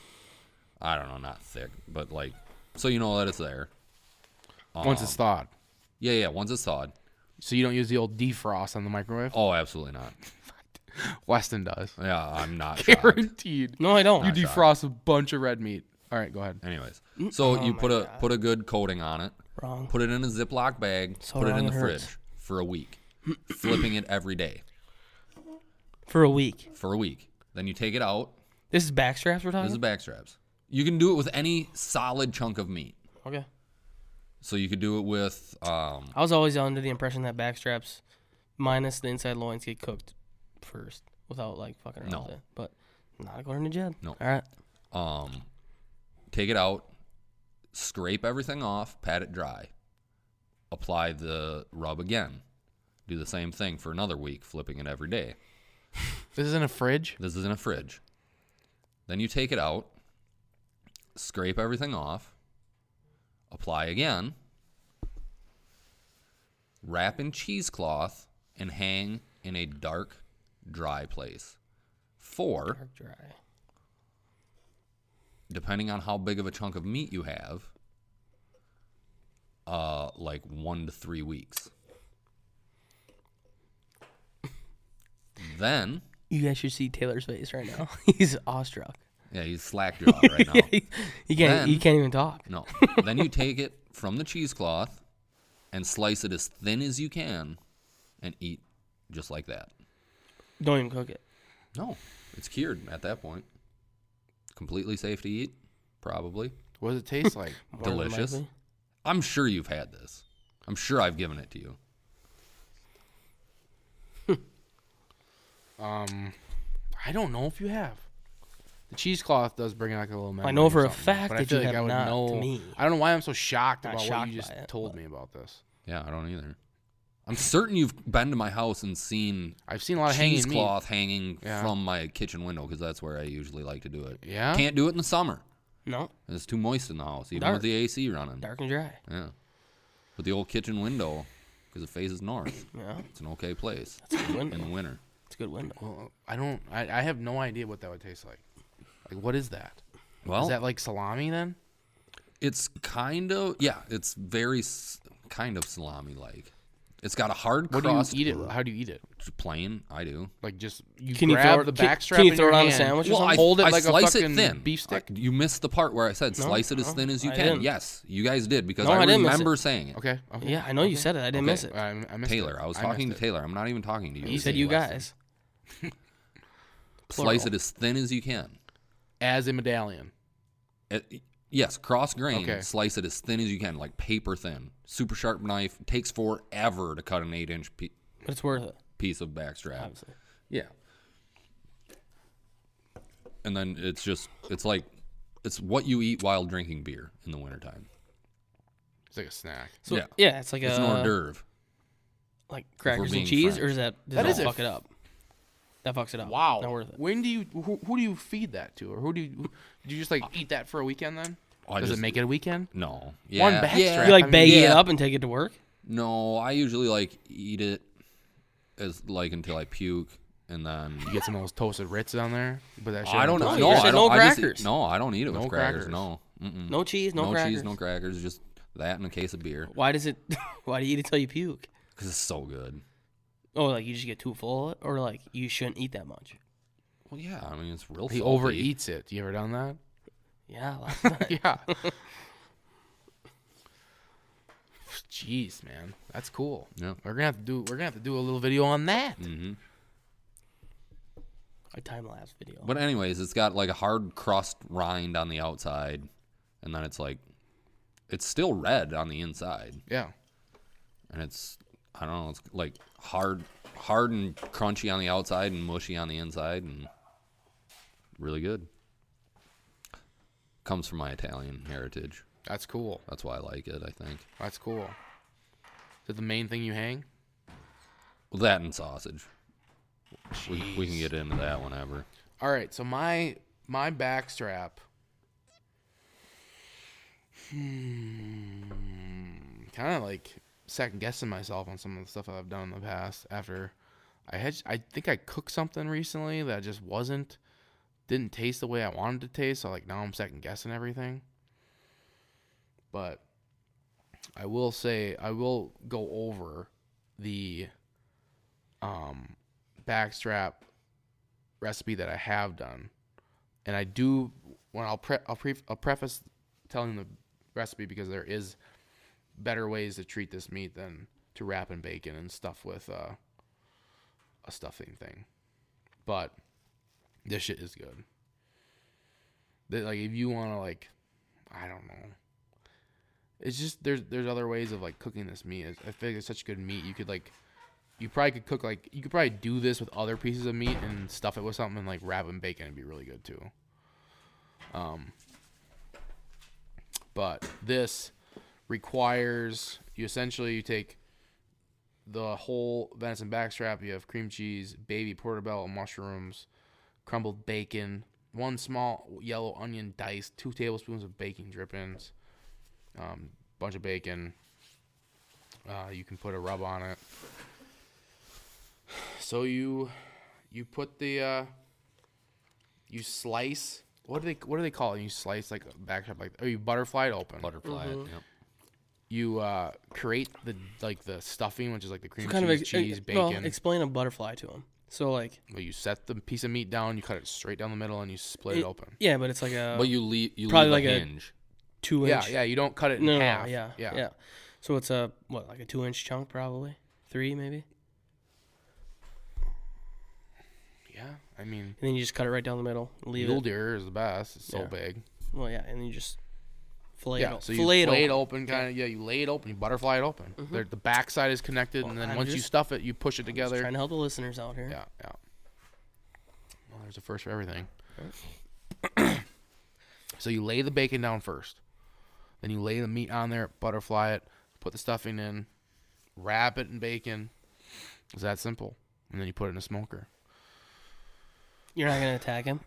I don't know, not thick, but like so you know that it's there. Once it's thawed. Yeah, yeah. Once it's thawed. So you don't use the old defrost on the microwave? Oh, absolutely not. Weston does. Yeah, I'm not. shocked. Guaranteed. No, I don't. You defrost a bunch of red meat. All right, go ahead. Anyways, so you put a put a good coating on it. Oh Wrong. Put it in a Ziploc bag. So put it wrong in it the hurts. fridge for a week, flipping it every day For a week. for a week. Then you take it out. This is backstraps we're talking This is backstraps. You can do it with any solid chunk of meat. about? Okay. So you could do it with um, I was always under the impression that backstraps minus the inside loins get cooked first without like fucking around No. with it. But not according to Jed. No. All right. um, take it out, scrape everything off, pat it dry, apply the rub again. Do the same thing for another week, flipping it every day. This is in a fridge. This is in a fridge. Then you take it out, scrape everything off, apply again, wrap in cheesecloth, and hang in a dark, dry place for Dark dry. depending on how big of a chunk of meat you have, uh, like one to three weeks. Then, You guys should see Taylor's face right now. He's awestruck. yeah, he's slack jaw right now. He can't. he Then- can't even talk. No, then you take it from the cheesecloth and slice it as thin as you can, and eat just like that. Don't even cook it. No, it's cured at that point. Completely safe to eat, probably. What does it taste like? more than Delicious. likely. I'm sure you've had this. I'm sure I've given it to you. Um, I don't know if you have. The cheesecloth does bring back a little memory. I know for or a something, fact but I that feel you like I have would not to know. me. I don't know why I'm so shocked Not about what shocked you just by it, told me about this. Yeah, I don't either. I'm certain you've been to my house and seen I've seen a lot of hanging meat. cheesecloth hanging Yeah. from my kitchen window because that's where I usually like to do it. Yeah? Can't do it in the summer. No, It's too moist in the house, even Dark. with the AC running. dark and dry. Yeah. But the old kitchen window, because it faces north, Yeah, it's an okay place it's a good in the window. winter. It's a good window. Well, I don't. I, I have no idea what that would taste like. Like, what is that? Is Well, that like salami then? it's kind of, yeah, it's very s- kind of salami like. It's got a hard What crust. do you eat it? How do you eat it? Plain, I do. Like just you Can you grab throw it- the can- back strap. can you in throw your it on a hand. sandwich or Well, I, Hold it I like a slice fucking it thin. beef stick? I- you missed the part where I said slice it as no, thin as you I can. didn't. Yes, you guys did because No, I, I didn't miss it. remember saying it. Okay. okay. Yeah, I know you said it. I didn't miss it. I, I missed Taylor, it. I was missed talking to it. Taylor. I'm not even talking to you. you said you guys. slice plural. it as thin as you can. as a medallion. It- yes, cross grain. Okay. Slice it as thin as you can, like paper thin. Super sharp knife. Takes forever to cut an eight inch pe- But it's Uh, worth it, piece of backstrap. obviously. Yeah. And then it's just it's like it's what you eat while drinking beer in the wintertime. It's like a snack. So, Yeah. yeah. it's like It's a an hors d'oeuvre. like If crackers we're and being cheese, frank. or is that does That that, is a fuck it up? That fucks it up. Wow. not worth it. When do you who, who do you feed that to, or who do you who- do you just like eat that for a weekend then? I Does just- it make it a weekend? No. Yeah. One backstrap. Yeah. You like I mean- bag it Yeah. up and take it to work. No, I usually like eat it as like until I puke and then You get some of those toasted Ritz on there, but that shit I on don't know. toast. No, you I said don't, no I just eat- crackers. no, I don't eat it with No crackers. crackers. No. Mm-mm. No cheese, no, no crackers. cheese, no crackers. Just that and a case of beer Why does it? Why do you eat it till you puke? because it's so good. Oh, like you just get too full, or like you shouldn't eat that much. Well, yeah. I mean, it's real. He salty. overeats it. You ever done that? Yeah, last night. yeah. Jeez, man, that's cool. Yeah. We're gonna have to do. We're gonna have to do a little video on that. Mm. a time lapse video. But anyways, it's got like a hard crust rind on the outside, and then it's like, it's still red on the inside, Yeah. and it's I don't know, it's like hard, hard and crunchy on the outside and mushy on the inside, and really good. Comes from my Italian heritage. That's cool. That's why I like it. I think. That's cool. Is that the main thing you hang? Well, that and sausage. We, we can get into that whenever. All right, so my my backstrap. Hmm, kind of like second guessing myself on some of the stuff that I've done in the past. After I had, I think I cooked something recently that just wasn't, didn't taste the way I wanted to taste. So like now I'm second guessing everything. But I will say I will go over the um backstrap recipe that I have done, and I do when I'll pre- I'll, pre- I'll preface telling the recipe because there is better ways to treat this meat than to wrap in bacon and stuff with uh, a stuffing thing, but this shit is good. That like if you want to like, I don't know. It's just there's there's other ways of like cooking this meat. I- I feel like it's such good meat. You could like you probably could cook like you could probably do this with other pieces of meat and stuff it with something and like wrap and bacon and be really good too. Um, but this requires you essentially you take the whole venison backstrap. You have cream cheese, baby portobello mushrooms, crumbled bacon, one small yellow onion diced, two tablespoons of baking drippings, um, bunch of bacon. Uh, you can put a rub on it. So you you put the uh you slice what do they what do they call it? You slice like a back up like oh you butterfly it open. Butterfly. Mm-hmm. it, Yep. You uh create the like the stuffing which is like the cream So kind of cheese, ex- cheese, ex- well, bacon. explain a butterfly to him. So like, Well, you set the piece of meat down, you cut it straight down the middle and you split it, it- open. yeah, but it's like a But you leave you Probably like leave a a- hinge. two inch. Yeah, yeah, you don't cut it in No, no, no, half. yeah, yeah. yeah. So it's a what, like a two inch chunk, probably three, maybe, Yeah, I mean, and then you just cut it right down the middle, leave mule it. deer is the best. It's so Yeah. big. Well, yeah, and then you just fillet Yeah, it. so o- you fillet it. lay open. Mm-hmm. it open, kind of. Yeah, you lay it open, you butterfly it open. There The back side is connected, and then I'm once you just- stuff it, you push it Just together. trying to help the listeners out here. Yeah, yeah. Well, there's a first for everything. so you lay the bacon down first, then you lay the meat on there, butterfly it, put the stuffing in, wrap it in bacon. It's that simple, and then you put it in a smoker. You're not gonna attack him.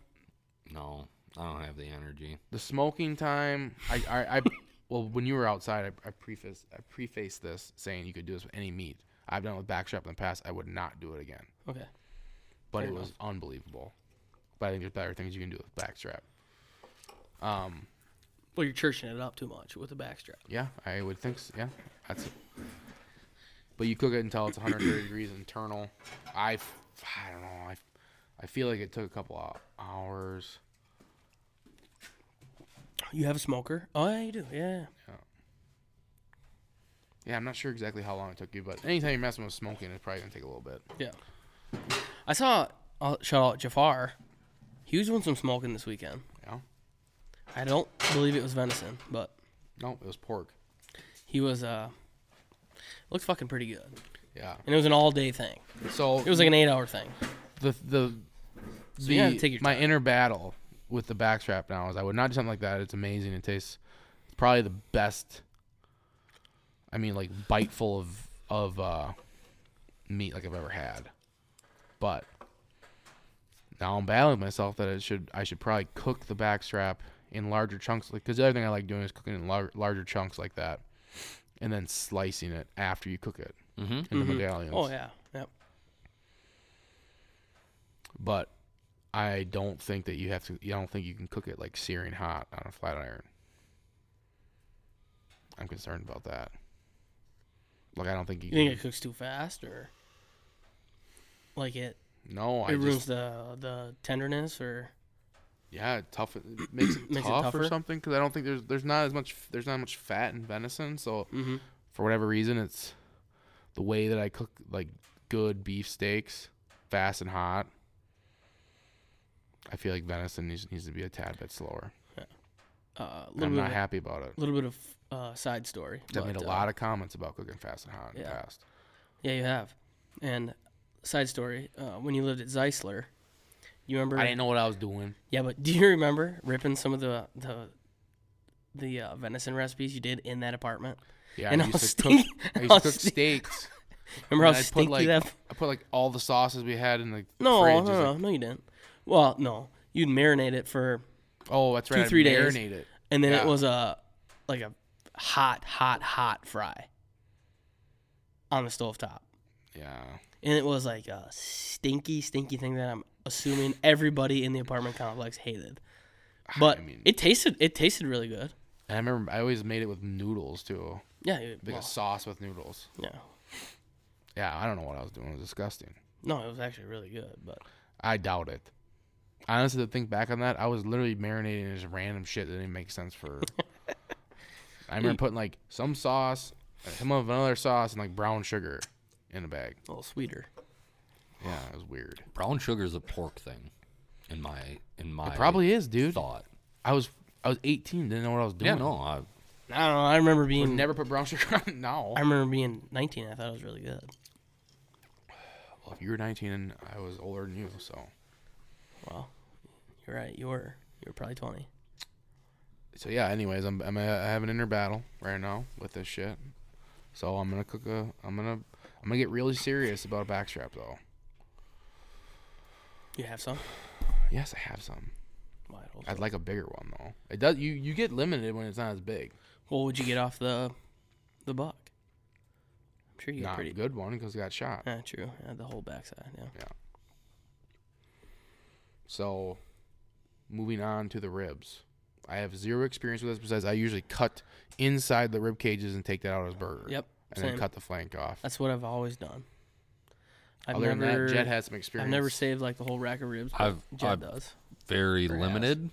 No, I don't have the energy. The smoking time, I, I, I well, when you were outside, I, I preface, I prefaced this saying you could do this with any meat. I've done it with backstrap in the past. I would not do it again, Okay. but it was unbelievable. But I think there's better things you can do with backstrap. Well, you're churching it up too much with the backstrap. Yeah, I would think so. Yeah, that's it. But you cook it until it's 130 degrees internal. I, f- I don't know. I, f- I feel like it took a couple of hours. You have a smoker? Oh, yeah, you do. Yeah. Yeah, I'm not sure exactly how long it took you, but anytime you're messing with smoking, it's probably gonna take a little bit. Yeah. I uh, saw. I'll shout out Jafar. He was doing some smoking this weekend. Yeah. I don't believe it was venison, but No, it was pork. he was uh looked fucking pretty good. Yeah. And it was an all day thing. So It was like an eight hour thing. the the the you gotta take your my time. inner battle with the backstrap now is I would not do something like that. It's amazing. It tastes it's probably the best. I mean, like biteful of of uh, meat like I've ever had, but now I'm battling myself that it should I should probably cook the backstrap in larger chunks. Like because the other thing I like doing is cooking in lar- larger chunks like that, and then slicing it after you cook it in the medallions. Mm-hmm. Oh yeah. Yep. but I don't think that you have to. I don't think you can cook it like searing hot on a flat iron. I'm concerned about that. Like I don't think you. You think it can, cooks too fast or like it no, I it ruins just the the tenderness or yeah, it tough. It makes it Makes it tough or tougher? something because I don't think there's there's not as much there's not much fat in venison. So Mm-hmm. for whatever reason, it's the way that I cook like good beef steaks, fast and hot. I feel like venison needs, needs to be a tad bit slower. uh, a And little I'm bit not of, happy about it. a little bit of uh, side story. I made but, a uh, lot of comments about cooking fast and hot in the yeah. past. Yeah, you have. And side story, uh, when you lived at Zeisler, you remember? I didn't know what I was doing. Yeah, but do you remember ripping some of the the the uh, venison recipes you did in that apartment? Yeah, And I I was used to cook, thinking- I used I to was cook thinking- steaks. Remember and how I stinky put like that? I put like all the sauces we had in the No, fridge. no, It's no, like- no, you didn't. Well, no, you'd marinate it for, oh, that's right. Two, I three days. marinate it. and then Yeah. it was a like a hot, hot, hot fry on the stove top, Yeah, and it was like a stinky, stinky thing that I'm assuming everybody in the apartment complex hated. But mean- it tasted it tasted really good. and I remember I always made it with noodles too, Yeah, it, like a well, sauce with noodles. yeah. Yeah, I don't know what I was doing. It was disgusting. No, it was actually really good, but I doubt it. Honestly, to think back on that, I was literally marinating in just random shit that didn't make sense for. I remember putting like some sauce, some of another sauce, and like brown sugar in a bag. a little sweeter. Yeah, it was weird. Brown sugar is a pork thing, in my in my It probably is, dude. thought. I was I was 18, didn't know what I was doing. Yeah, no, I, I don't know. I remember I being never put brown sugar on. No. I remember being 19. I thought it was really good. Well, if you were 19 and I was older than you, so Well, you're right. You were you were probably 20. so yeah. Anyways, I'm, I'm I have an inner battle right now with this shit. So I'm gonna cook a. I'm gonna I'm gonna get really serious about a backstrap though. You have some. Yes, I have some. Well, I don't I'd think- like a bigger one though. It does. You you get limited when it's not as big. What would you get off the the buck? I'm sure you got Not pretty a good one because it got shot. Yeah, true. Yeah, the whole backside. Yeah. So, moving on to the ribs. I have zero experience with this besides I usually cut inside the rib cages and take that out as burger. Yep, And then same. cut the flank off. That's what I've always done. I've Other never than that, Jed has some experience. I've never saved like the whole rack of ribs. But I've- Jed I've- does. very limited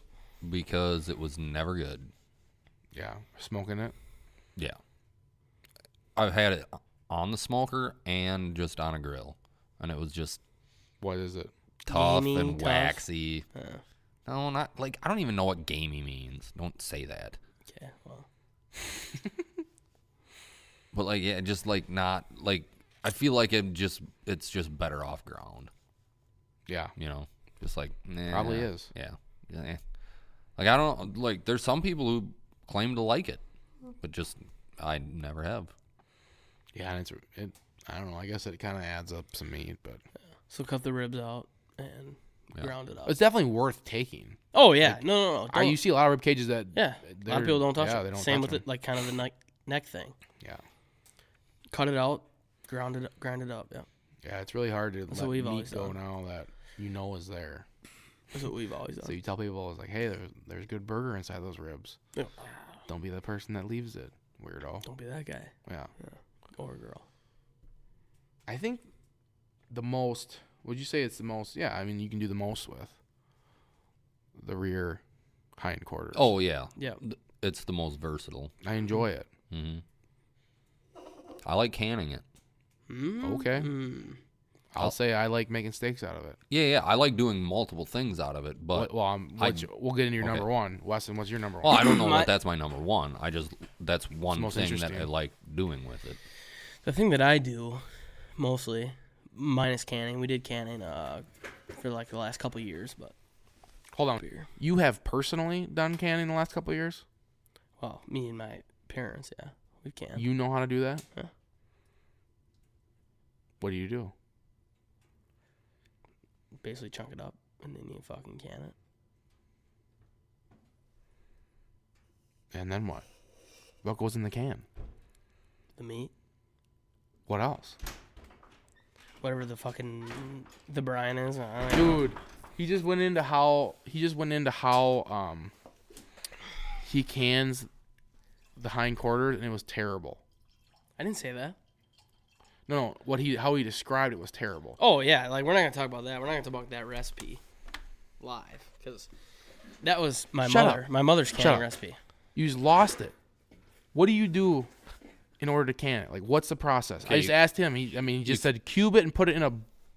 because it was never good. Yeah, smoking it. Yeah. I've had it on the smoker and just on a grill. And it was just What is it? tough Gamey, and tough. waxy. No, not like I don't even know what gamey means. Don't say that. Okay. Well, But like yeah, just like not like I feel like it just it's just better off ground, Yeah. you know. Just like nah, Probably is. Yeah. Yeah, eh. Like I don't like there's some people who claim to like it, but just I never have. Yeah, and it's it. I don't know. I guess it kind of adds up some meat, but so cut the ribs out and ground it up. it's definitely worth taking. oh yeah. no, no, no. I, don't- you see a lot of rib cages that Yeah, a lot they're- of people don't touch yeah, it. They don't Same touch them. with it, like kind of the neck neck thing. Yeah. Cut it out, ground it, grind it up. Yeah, Yeah, it's really hard to let what we've meat always go done. now that you know is there. that's what we've always done. So you tell people it's like, hey, there's there's good burger inside those ribs. Yeah. Don't be the person that leaves it, weirdo. Don't be that guy Yeah. or girl. I think the most. Would you say it's the most? Yeah, I mean you can do the most with the rear hindquarters. Oh yeah. Yeah, It's the most versatile. Mm-hmm. I enjoy it. I like canning it. Okay. I'll say I like making steaks out of it. Yeah, yeah. I like doing multiple things out of it, What- but well, I'm, I- what's your- we'll get into your okay. number one, Weston. What's your number well, one? I don't know My- that that's my number one. I just that's one most thing that I interesting. like doing with it. The thing that I do mostly, minus canning, we did canning uh, for like the last couple years, but Hold on. beer. You have personally done canning the last couple of years. well, me and my parents, yeah, we can. You know how to do that. Yeah. What do you do? basically chunk it up and then you fucking can it. And then what? What goes in the can? The meat, What else? whatever the fucking the brine is. I don't know. dude he just went into how he just went into how um he cans the hind quarters and it was terrible I didn't say that. no, no what he how he described it was terrible Oh yeah, like we're not gonna talk about that. We're not gonna talk about that recipe live because that was my Shut mother. up. My mother's up. canning recipe. you just lost it what do you do in order to can it like what's the process i Okay, just you- asked him he, i mean he just said cube it and put it in a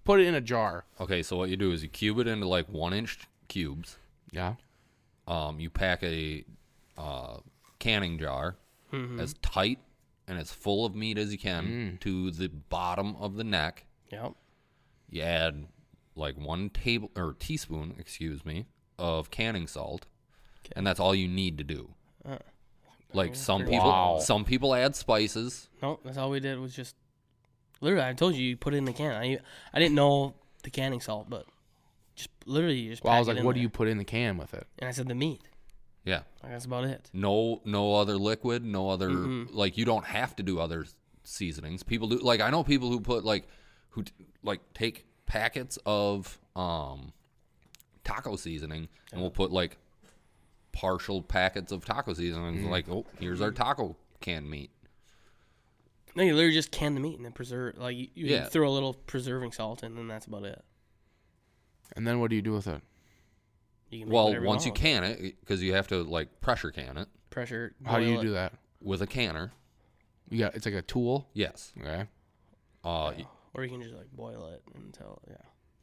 put it in a jar Okay, so what you do is you cube it into like one inch cubes. yeah Um, you pack a uh, canning jar as tight and as full of meat as you can to the bottom of the neck. Yep. You add like one table or teaspoon, excuse me, of canning salt, and that's all you need to do. Like some people, Wow. some people add spices. Nope. That's all we did was just literally. I told you you put it in the can. I I didn't know the canning salt, but just literally you just. well i was pack it like in what do there. you put in the can with it And I said the meat. Yeah, Like, that's about it. no, no other liquid, no other Mm-hmm. like. You don't have to do other seasonings. People do like I know people who put like who t- like take packets of um taco seasoning and we'll put like partial packets of taco seasoning. Mm. and Like oh, here's our taco canned meat. No, you literally just can the meat and then preserve. Like you, you Yeah. throw a little preserving salt in, and that's about it. and then what do you do with it You can make Well, whatever once you want with can it, because you have to like pressure can it it. pressure. how do boil you it. do that with a canner. you got it's like a tool Yes. okay Uh, y- Or you can just like boil it until yeah.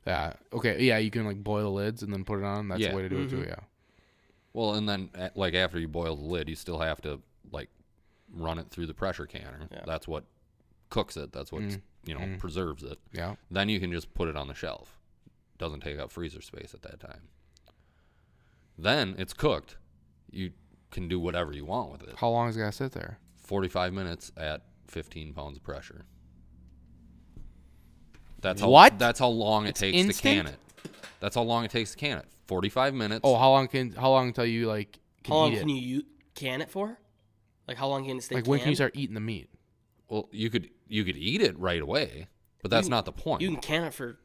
yeah okay yeah you can like boil the lids and then put it on that's Yeah. the way to do it Mm-hmm. too yeah well, and then a- like after you boil the lid, you still have to like run it through the pressure canner. That's what cooks it. That's what Mm-hmm. you know preserves it. yeah Then you can just put it on the shelf. Doesn't take up freezer space at that time. Then it's cooked. You can do whatever you want with it. How long is it gonna sit there? 45 minutes at 15 pounds of pressure. That's how, What? That's how long it takes to can instant? it. That's how long it takes to can it. 45 minutes. Oh, how long can how long until you like can How long eat can it? you u- can it for? Like how long can it stay? like when can you canned? start eating the meat? well, you could you could eat it right away, but that's not the point. You can can it for.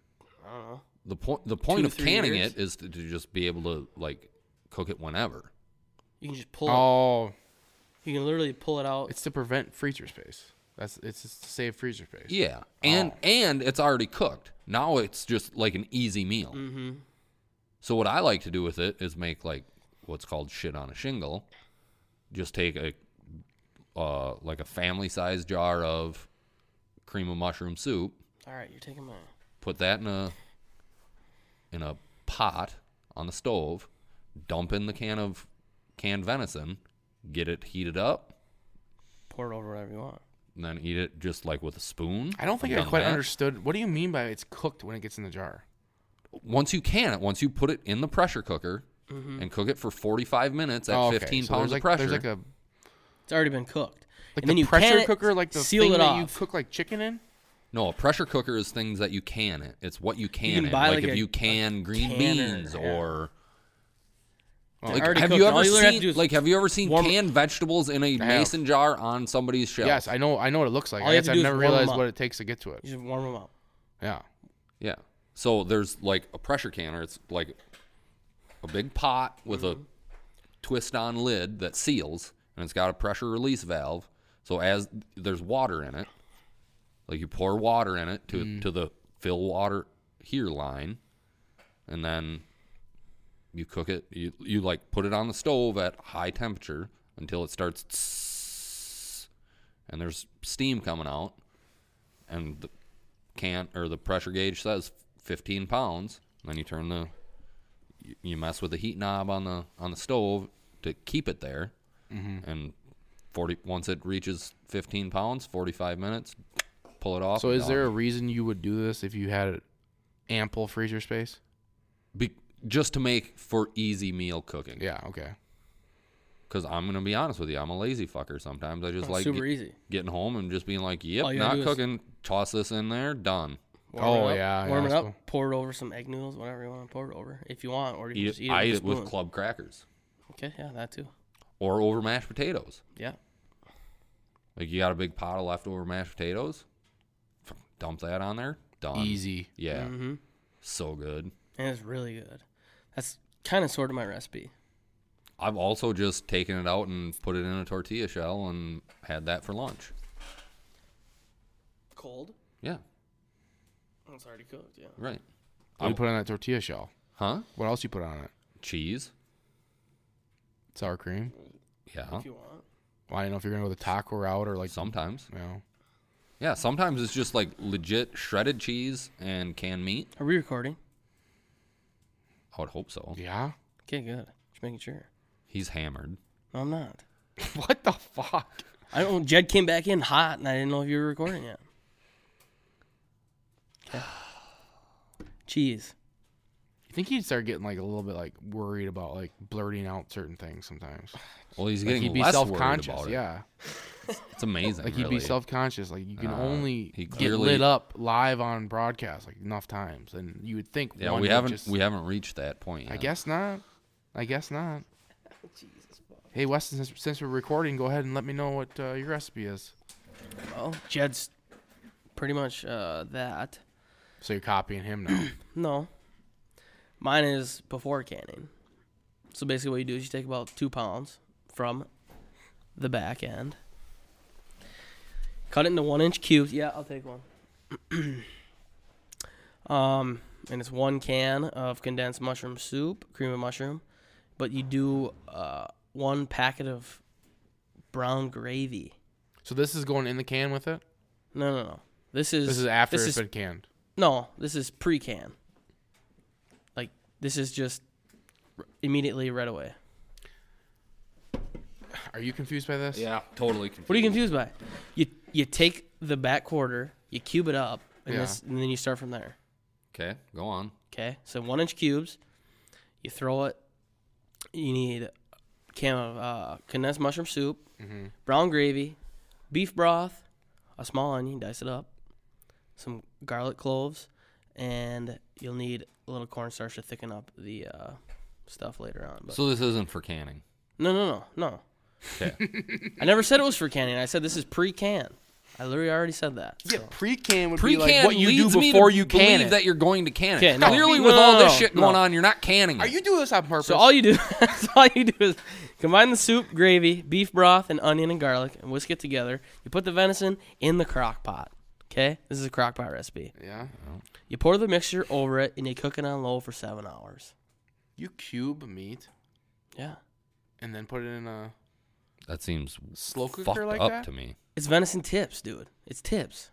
I don't know. the point the point two, of three canning years? it is to, to just be able to like cook it whenever. You can just pull. it. Oh, You can literally pull it out. it's to prevent freezer space. That's it's just to save freezer space. Yeah, Oh. and and it's already cooked. Now it's just like an easy meal. Mm-hmm. So what I like to do with it is make like what's called shit on a shingle. Just take a uh, like a family size jar of cream of mushroom soup, All right, you're taking my. put that in a in a pot on the stove, dump in the can of canned venison, get it heated up, Pour it over whatever you want. and then eat it just like with a spoon. I don't think I Done quite that. understood. What do you mean by it's cooked when it gets in the jar? once you can it, once you put it in the pressure cooker and cook it for 45 minutes at Mm-hmm. Oh, okay. 15 So pounds there's like, of pressure. There's like a It's already been cooked. like and then the you pressure can it, cooker, like the seal thing it that off. you cook like chicken in. no, a pressure cooker is things that you can it. It's what you can, can it. buy, Like, like, if a- you a can green canner, beans yeah. or. Like, already have cooked. you All ever you literally have to do seen is like have you ever seen warm it. canned vegetables in a have. mason jar on somebody's shelf? Yes, I know. I know what it looks like. All I you have guess I've to do is never warm 'em realized up. what it takes to get to it. You just warm them up. Yeah. Yeah. So there's like a pressure canner. It's like a big pot with Mm-hmm. a twist on lid that seals and it's got a pressure release valve. So as there's water in it, like you pour water in it to Mm. to the fill water here line and then you cook it you, you like put it on the stove at high temperature until it starts tss, and there's steam coming out and the can't or the pressure gauge says 15 pounds. Then you turn the you- you mess with the heat knob on the on the stove to keep it there, Mm-hmm. and 40 once it reaches 15 pounds, 45 minutes, pull it off. So and is there a done. reason you would do this if you had ample freezer space? Be, just to make for easy meal cooking? Yeah. Okay. Because I'm gonna be honest with you, I'm a lazy fucker. Sometimes I just Oh, like super get- easy. getting home and just being like, "Yep, All you gotta not do is- cooking. Toss this in there, done." Warm it Oh, up- yeah, yeah, warm it that's up. cool. Pour it over some egg noodles, whatever you want to pour it over, if you want, or you can Eat, just eat it, I with, eat a it with spoon. club crackers Okay, yeah, that too. or over mashed potatoes. Yeah, Like you got a big pot of leftover mashed potatoes, f- dump that on there. Done. Easy. Yeah. Mm-hmm. So good. and it's really good. That's kind of sort of my recipe. I've also just taken it out and put it in a tortilla shell and had that for lunch. Cold? Yeah. It's already cooked. Yeah. Right. What do you put on that tortilla shell? Huh? What else you put on it? Cheese. Sour cream. Yeah. If you want. Well, I don't know if you're gonna go the taco route or like. Sometimes. You know. Yeah. Sometimes it's just like legit shredded cheese and canned meat. Are we recording? I would hope so. Yeah. Okay, good. Just making sure. He's hammered. No, I'm not. what the fuck? I don't. know, Jed came back in hot, and I didn't know if you were recording yet. Okay. Cheese. You think he'd start getting like a little bit like worried about like blurting out certain things sometimes. Well, he's Like getting he'd be less worried self-conscious. about it. Yeah. It's amazing. Like really. he'd be self-conscious. Like you can Uh, only he get clearly- lit up live on broadcast like enough times, and you would think. Yeah, one we would haven't just- we haven't reached that point. Yet. I guess not. I guess not. Hey Weston, since, since we're recording, go ahead and let me know what uh, your recipe is. Well, Jed's pretty much uh, that. So you're copying him now. No. Mine is before canning. So basically, what you do is you take about two pounds from the back end, cut it into one inch cubes. Yeah, I'll take one. um, and it's one can of condensed mushroom soup, cream of mushroom, but you do uh, one packet of brown gravy. so this is going in the can with it. No, no, no. This is This is after This it's is been canned. no, this is pre can. Like this is just r- immediately right away. Are you confused by this? Yeah, totally. Confused. What are you confused by? You you take the back quarter, you cube it up, and, Yeah. this, and then you start from there. Okay, go on. Okay, so one inch cubes. You throw it. You need a can of uh, condensed mushroom soup, brown gravy, beef broth, a small onion, dice it up, some garlic cloves, and you'll need a little cornstarch to thicken up the uh, stuff later on. But So this isn't for canning. no, no, no, no. I never said it was for canning. I said this is pre-can. I literally already said that. Yeah, pre-can would Pre-can be like what you do leads me before to you can believe it. that you're going to can it. Okay, no. Clearly, No, with no, all no, this no, shit no. going on, you're not canning it. Are you doing this on purpose? So all you do, so all you do is combine the soup, gravy, beef broth, and onion and garlic, and whisk it together. You put the venison in the crock pot. Okay, this is a crock pot recipe. yeah, You pour the mixture over it, and you cook it on low for seven hours. you cube meat Yeah, and then put it in a That seems slow fucked cooker like up that. to me. it's venison tips, dude. It's tips.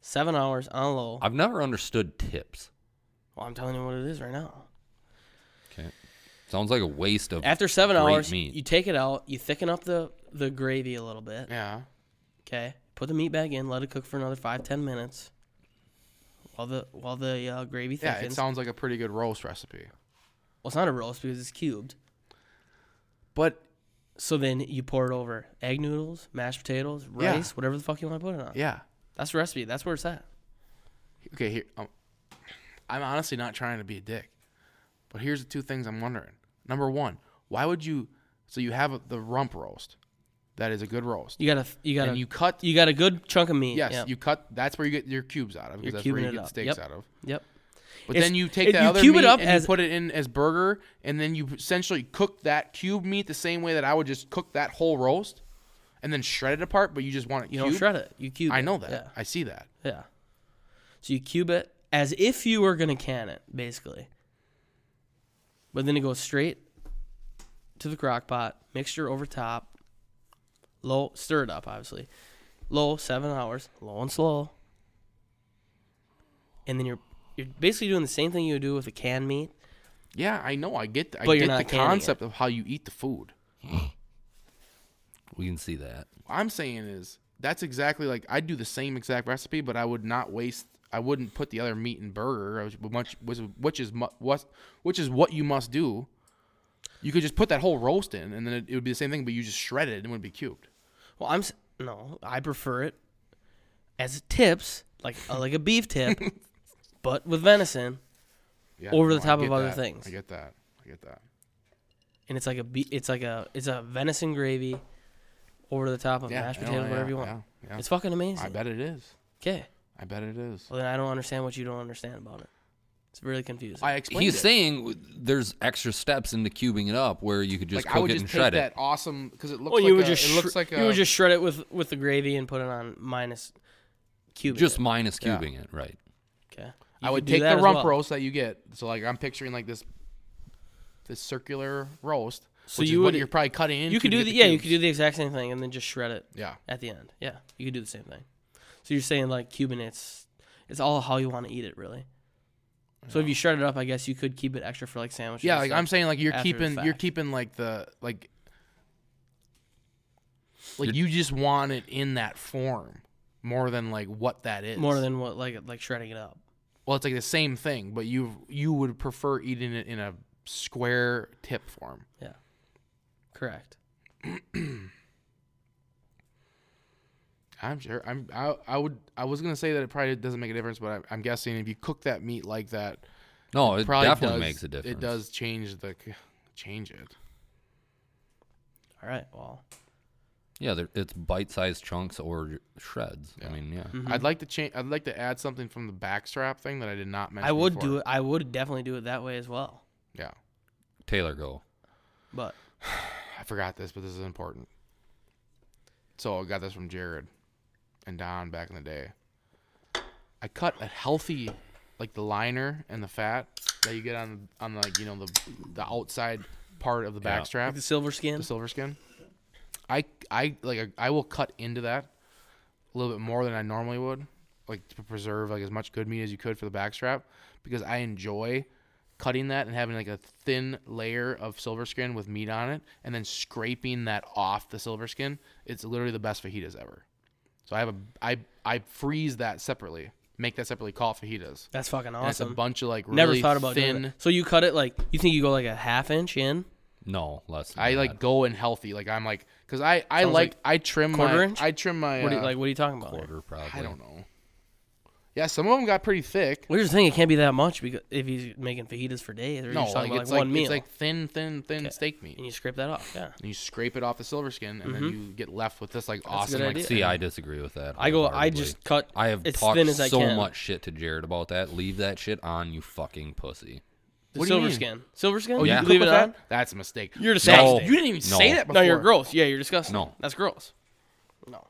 Seven hours on low. I've never understood tips. Well, I'm telling you what it is right now. Okay, sounds like a waste of. After seven great hours, meat. you take it out, you thicken up the the gravy a little bit. Yeah, Okay. Put the meat back in. Let it cook for another five ten minutes. While the while the uh, gravy yeah. thickens. It sounds like a pretty good roast recipe. well, it's not a roast because it's cubed. But So then you pour it over egg noodles, mashed potatoes, Yeah. rice, whatever the fuck you want to put it on. yeah, That's the recipe. That's where it's at. okay. Here, um, I'm honestly not trying to be a dick, but here's the two things I'm wondering. Number one, why would you? So you have a, the rump roast, that is a good roast. You got a you got and a you you, cut. got a good chunk of meat. yes, Yep. you cut. That's where you get your cubes out of because that's where You're cubing you it get up. steaks Yep. out of. Yep. But It's- then you it- take that you other cube it meat up and as- you put it in as burger, and then you essentially cook that cube meat the same way that I would just cook that whole roast, and then shred it apart. But you just want it You cubed. don't shred it. You cube. I it. know that. Yeah. I see that. Yeah. So you cube it as if you were gonna can it, basically. But then it goes straight to the crock pot, mixture over top, low stir it up obviously. Low, seven hours, low and slow, and then you're you're basically doing the same thing you would do with a canned meat. Yeah, I know. I get. I But you're get not the canning it. concept of how you eat the food. We can see that. What I'm saying is that's exactly like I'd do the same exact recipe, but I would not waste. I wouldn't put the other meat in burger, which much which, which is mu- what which is what you must do. You could just put that whole roast in, and then it, it would be the same thing, but you just shred it and it wouldn't be cubed. Well, I'm s- no, I prefer it as tips, like uh, like a beef tip, but with venison, Yeah, Over the I top of get other that. things. I get that. I get that. and it's like a be- it's like a it's a venison gravy over the top of Yeah, mashed I know, potatoes, yeah, whatever you want. yeah, yeah. It's fucking amazing. I bet it is. Okay, I bet it is. well then I don't understand what you don't understand about it. It's really confusing. I explained. He's it. saying w- there's extra steps into cubing it up where you could like just cook I would it just and take shred that it. awesome because it looks well, like you would a, just it shred looks like a, you would just shred it with with the gravy and put it on minus cubing. Just it. minus cubing it, right? okay. I You would could do take the that as rump well. roast that you get. So like I'm picturing like this this circular roast. So which is you what would- you're probably cutting into. You could to do get the, yeah, you cubes. could do the exact same thing and then just shred it Yeah. at the end. Yeah, you could do the same thing. So you're saying like Cuban, it's it's all how you want to eat it really. So if you shred it up, I guess you could keep it extra for like sandwiches. Yeah, and like stuff. I'm saying like you're after the keeping you're fact. keeping like the like like you just want it in that form more than like what that is. more than what like like shredding it up. well, it's like the same thing, but you you would prefer eating it in a square tip form. Yeah, correct. I'm sure. I'm. I, I would. I was gonna say that it probably doesn't make a difference, but I'm, I'm guessing if you cook that meat like that, No, it probably definitely does- makes a difference. It does change the c- change it. All right, well, Yeah, there- it's bite-sized chunks or shreds. I mean, yeah. Mm-hmm. I'd like to change. I'd like to add something from the backstrap thing that I did not mention. I would before. do it. I would definitely do it that way as well. Yeah, Taylor, go. But I forgot this, but this is important. So I got this from Jared and Don back in the day. I cut a healthy, like the liner and the fat that you get on on like you know the the outside part of the Yeah. backstrap. the silver skin, the silver skin. I I like I will cut into that a little bit more than I normally would, like to preserve like as much good meat as you could for the backstrap, because I enjoy cutting that and having like a thin layer of silver skin with meat on it, and then scraping that off the silver skin. It's literally the best fajitas ever. So I have a I I freeze that separately, make that separately, call it fajitas. that's fucking And it's a awesome. bunch of like really Never thought about thin. doing that. So you cut it like you think you go like a half inch in. No, less. than I that. like go in healthy. Like I'm like, cause I I Sounds like, like I trim quarter my inch? I trim my What do you, uh, like what are you talking about? there? quarter probably. I don't know. Yeah, some of them got pretty thick. Well, here's the thing: it can't be that much because if he's making fajitas for days, or No, you're like, talking about it's like like one meal, it's like thin, thin, thin steak meat. and you scrape that off. Yeah, And you scrape it off the silver skin, and then you get left with this like awesome. Mm-hmm. good like, idea. See, I disagree with that. I go. I wholeheartedly. just cut. I have as talked thin as I so can. much shit to Jared about that. Leave that shit on, you fucking pussy. The What do you silver mean? skin. Silver skin. Oh, Yeah. you leave leave it on. That? That's a mistake. You're No. disgusting. You didn't even No. say that No, before. you're gross. Yeah, you're disgusting. No. that's gross. No.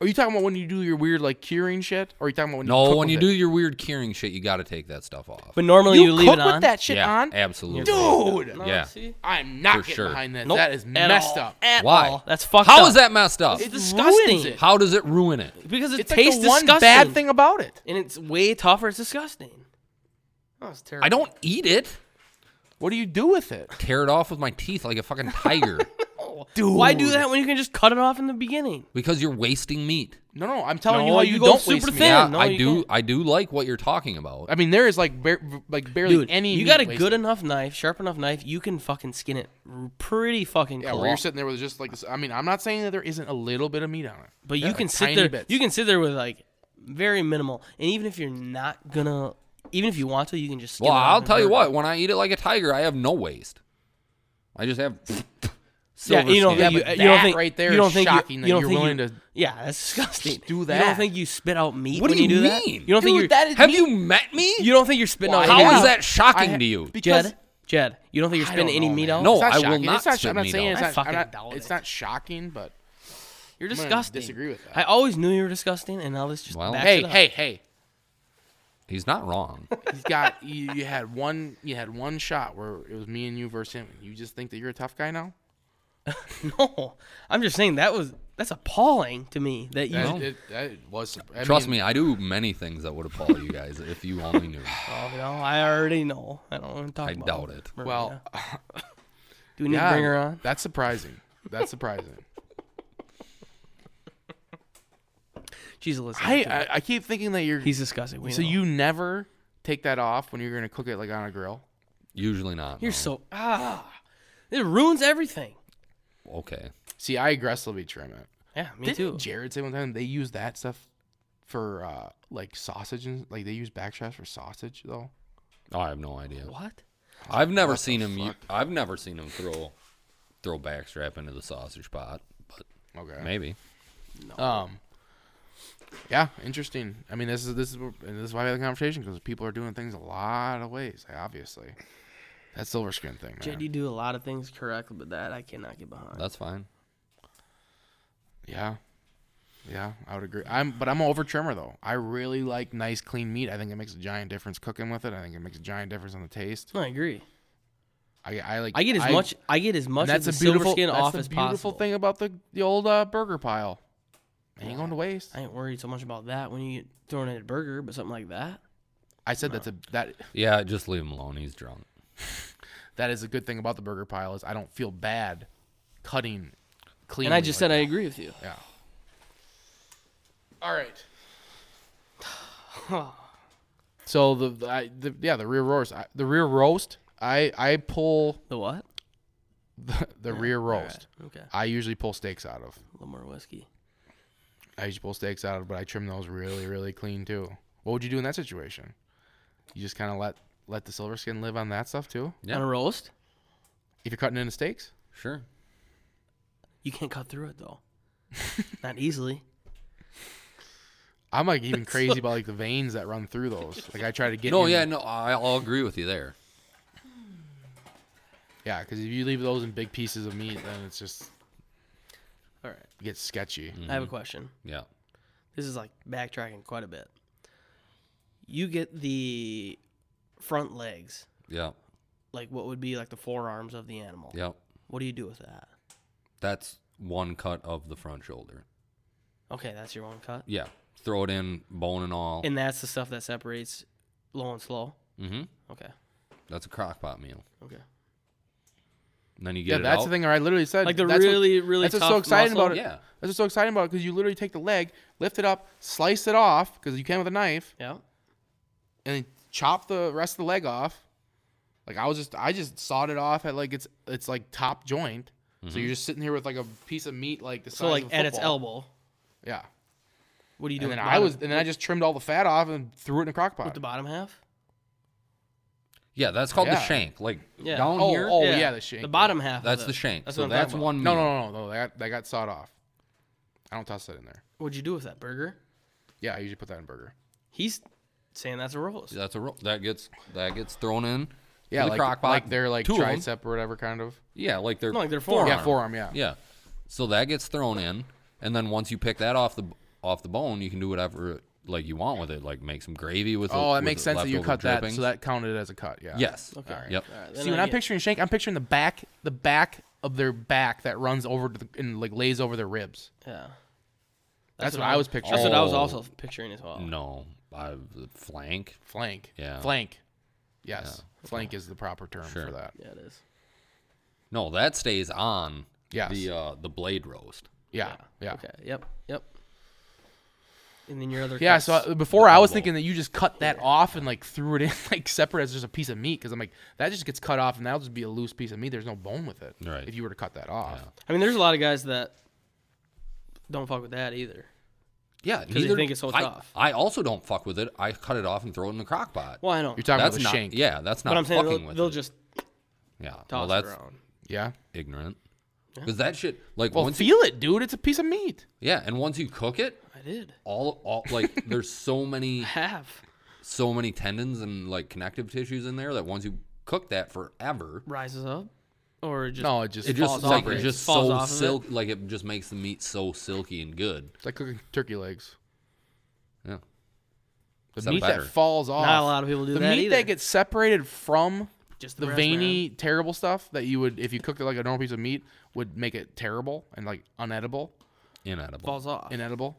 Are you talking about when you do your weird like curing shit? Or are you talking about when you No, cook when with you it? do your weird curing shit, you got to take that stuff off. But normally you, you, leave cook it on. eh, with that shit yeah, on, absolutely. dude. No, Yeah. See? I'm not For getting sure. behind that. Nope. That is At messed all. up. At Why? all. That's fucked up. How is that messed up? It's ruins disgusting. it. How does it ruin it? Because it It's like tastes the one disgusting. bad thing about it. and it's way tougher. It's disgusting. Oh, it's terrible. I don't eat it. What do you do with it? Tear it off with my teeth like a fucking tiger Dude. Why do that when you can just cut it off in the beginning? because you're wasting meat. No, no. I'm telling you No, how you you go don't super waste meat. thin. yeah, no, I you do. can't. I do like what you're talking about. I mean, there is like bar- like barely Dude, any. you meat got a wasted. good enough knife, sharp enough knife, you can fucking skin it r- pretty fucking Yeah, cool. where you're sitting there with just like this. I mean, I'm not saying that there isn't a little bit of meat on it, but you Yeah, can like sit tiny there. bits. You can sit there with like very minimal, and even if you're not gonna, even if you want to, you can just. Skin Well, it off I'll and tell you burn it. what. When I eat it like a tiger, I have no waste. I just have Yeah, silver you don't think skin. Yeah, you, but you don't that think right there you don't is think shocking you, that you don't you're think willing you, to- Yeah, that's disgusting. do You that. don't think you spit out meat What do when you you, do that? mean? You don't think Dude, you're that is- Have you met me? you don't think you're spitting Why out How any Yeah. is meat? that shocking I- to you? because Jed, Oh, Jed, you don't think you're I spitting don't any know, meat man. out? No, It's not I will shocking. not It's not, spit I'm not meat saying out. it's I not. I'm fucking not- doubt it's it. not shocking, but You're gonna disgusting. disagree with that. I always knew you were disgusting, and now this just Well- backs hey, it up. hey, hey. He's not wrong. He's got you. You had one. You had one shot where it was me and you versus him. You just think that you're a tough guy now? No, I'm just saying that was That's appalling to me that you. Yeah. That, it, that was. I Trust mean, me, I do many things that would appall you guys if you only knew. Oh, no, I already know. I don't want to talk I about. doubt it. Maria. Well, do we need yeah, to bring her on? That's surprising. That's surprising. She's listening. I, to it. I I keep thinking that you're. He's disgusting. We so know. you never take that off when you're gonna cook it like on a grill. Usually not. You're no. so ah. It ruins everything. okay. See, I aggressively trim it. Yeah, me Didn't too. Jared say one time they use that stuff for uh like sausage and like they use back straps for sausage though. Oh, I have no idea. what? I've never seen him. u- I've never seen him throw throw backstrap into the sausage pot, but Okay. maybe. Um. Yeah, interesting. I mean, this is this is and this is why we had the conversation because people are doing things a lot of ways. Like, obviously, that silver screen thing, man. Jed, you do a lot of things correctly, but that I cannot get Uh, behind. That's fine. Yeah. Yeah, I would agree. I'm but I'm an over trimmer though. I really like nice clean meat. I think it makes a giant difference cooking with it. I think it makes a giant difference on the taste. No, I agree. I, I like I get as much. I get as and much as that's a the beautiful silver skin that's off the as beautiful possible. thing about the the old uh, burger pile. It ain't going to waste. I ain't worried so much about that when you get thrown in a burger, but something like that. I said that's a that Yeah, just leave him alone. He's drunk. that is a good thing about the burger pile is I don't feel bad cutting clean. And I just said I agree with you. yeah. All right. So the, the, I, the yeah the rear roast I, the rear roast I I pull The what? the, the rear roast. Okay. A I usually pull steaks out of. little more whiskey. I usually pull steaks out of, but I trim those really really clean too. What would you do in that situation? You just kind of let let the silver skin live on that stuff too. Yeah. On a roast, If you're cutting into steaks, Sure. you can't cut through it though. Not easily. I'm like even crazy about like the veins that run through those. Like I try to get No, in- yeah, no, I- I'll agree with you there. Yeah, because if you leave those in big pieces of meat, then it's just All right. Mm, gets sketchy. I have a question. Yeah. This is like backtracking quite a bit. You get the front legs, Yeah. like what would be like the forearms of the animal. Yeah. What do you do with that? That's one cut of the front shoulder. Okay, that's your one cut. Yeah. Throw it in, bone and all. And that's the stuff that separates low and slow. mm-hmm. Okay. That's a crock pot meal. Okay. And then you get Yeah, it that's out. the thing. Where I literally said Like the that's what- really, really That's what's so tough exciting muscle? about it. Yeah. That's what's so exciting about it because you literally take the leg, lift it up, slice it off because you can with a knife, Yeah. and then chop the rest of the leg off. Like I was just, I just sawed it off at like it's it's like top joint. So Mm-hmm. you're just sitting here with like a piece of meat like the size So like of a at its football. elbow. Yeah. What do you do? And with then the I bottom- was, and then I just trimmed all the fat off and threw it in a crock pot. with the bottom half. Yeah, that's called the Yeah. shank. Like Yeah. down Oh, here. oh yeah, the shank. The bottom half. of That's the shank. so what I'm that's talking about. one No, meal. no, no, no. That got, that got sawed off. I don't toss that in there. What'd you do with that burger? Yeah, I usually put that in burger. He's saying that's a roast. That's a ro- that gets that gets thrown in. to Yeah, the like, crock pot. like they're like Two of 'em. tricep or whatever kind of. Yeah, like they're No, like their forearm. Yeah, forearm. Yeah. Yeah. So that gets thrown in, and then once you pick that off the off the bone, you can do whatever like you want with it. Like make some gravy with. Oh, it, that with makes the sense that you leftover cut that. drippings. So that counted as a cut. Yeah. yes. Okay. All right. Yep. All right, then See, when I I'm get- picturing shank, I'm picturing the back, the back of their back that runs over to the, and like lays over their ribs. yeah. That's, what, I was picturing. That's what I was Oh. also picturing as well. No, I flank. Flank. Yeah. Flank. Yes. Flank is the proper term Sure. for that. Yeah, it is. No, that stays on. Yes. The uh, the blade roast. Yeah. Yeah. Okay. Yep. Yep. And then your other Yeah, cuts- so uh, before I was elbow. thinking that you just cut that off and like threw it in like separate as just a piece of meat because I'm like that just gets cut off and that'll just be a loose piece of meat. There's no bone with it. Right. If you were to cut that off. I mean, there's a lot of guys that don't fuck with that either. Yeah, they neither- think it's so I, tough. I also don't fuck with it. I cut it off and throw it in the crock pot. Well, I know. You're talking that's about the not. shank. Yeah, that's not but I'm saying fucking they'll, with they'll it. just Yeah, well, toss that's it around. Yeah. ignorant. Because that shit, like Well, once you, feel it, dude. It's a piece of meat. yeah, and once you cook it, I did. all, all like there's so many Half so many tendons and like connective tissues in there that once you cook that forever, rises up, or just No, it just it falls just off. like of it's it. just Falls so off of it. silk, like it just makes the meat so silky and good. It's like cooking turkey legs. Yeah, The Some meat better. that falls off. Not a lot of people do the that meat either. that gets separated from Just the the, breast, veiny, terrible stuff that you would if you cooked it like a normal piece of meat would make it terrible and like unedible. Inedible. falls off. inedible.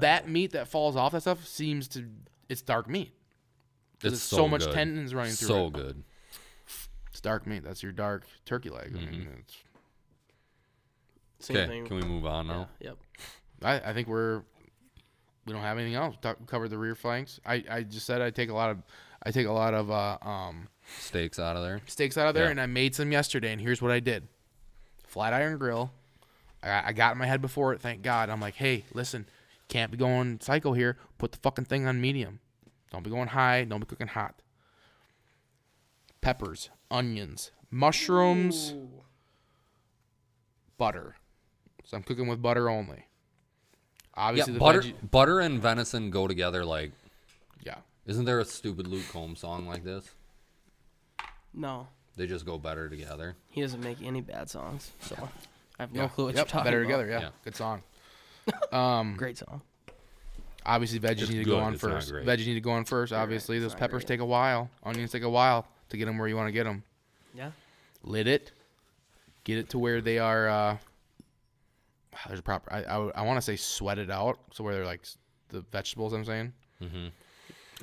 That meat that falls off that stuff seems to it's dark meat. 'Cause it's so much good. tendons running through So it. good. It's dark meat. That's your dark turkey leg. I, Mm-hmm. mean, it's, Same Okay, thing. can we move on now? Yep. I, I think we're we don't have anything else. Talk, covered the rear flanks. I, I just said I take a lot of I take a lot of uh, um, Steaks out of there. steaks out of there, Yeah. and I made some yesterday. And here's what I did: flat iron grill. I, I got in my head before it. Thank God. I'm like, hey, listen, can't be going psycho here. Put the fucking thing on medium. Don't be going high. Don't be cooking hot. Peppers, onions, mushrooms, butter. So I'm cooking with butter only. Yeah, Obviously the butter, veggie. butter and venison go together like. Yeah. Isn't there a stupid Luke Combs song like this? No, They just go better together. he doesn't make any bad songs, so I have no yeah. clue what Yep, you're talking better about. together. Yeah. Yeah. Good song. Great song. Obviously, veggies It's need to go good, on it's not first. great. Veggies need to go on first. Obviously, it's those not peppers great. take a while. Onions take a while to get them where you want to get them. Yeah. Lit it, get it to where they are. Uh, there's a proper. I I, want to say sweat it out, so where they're like s- the vegetables. I'm saying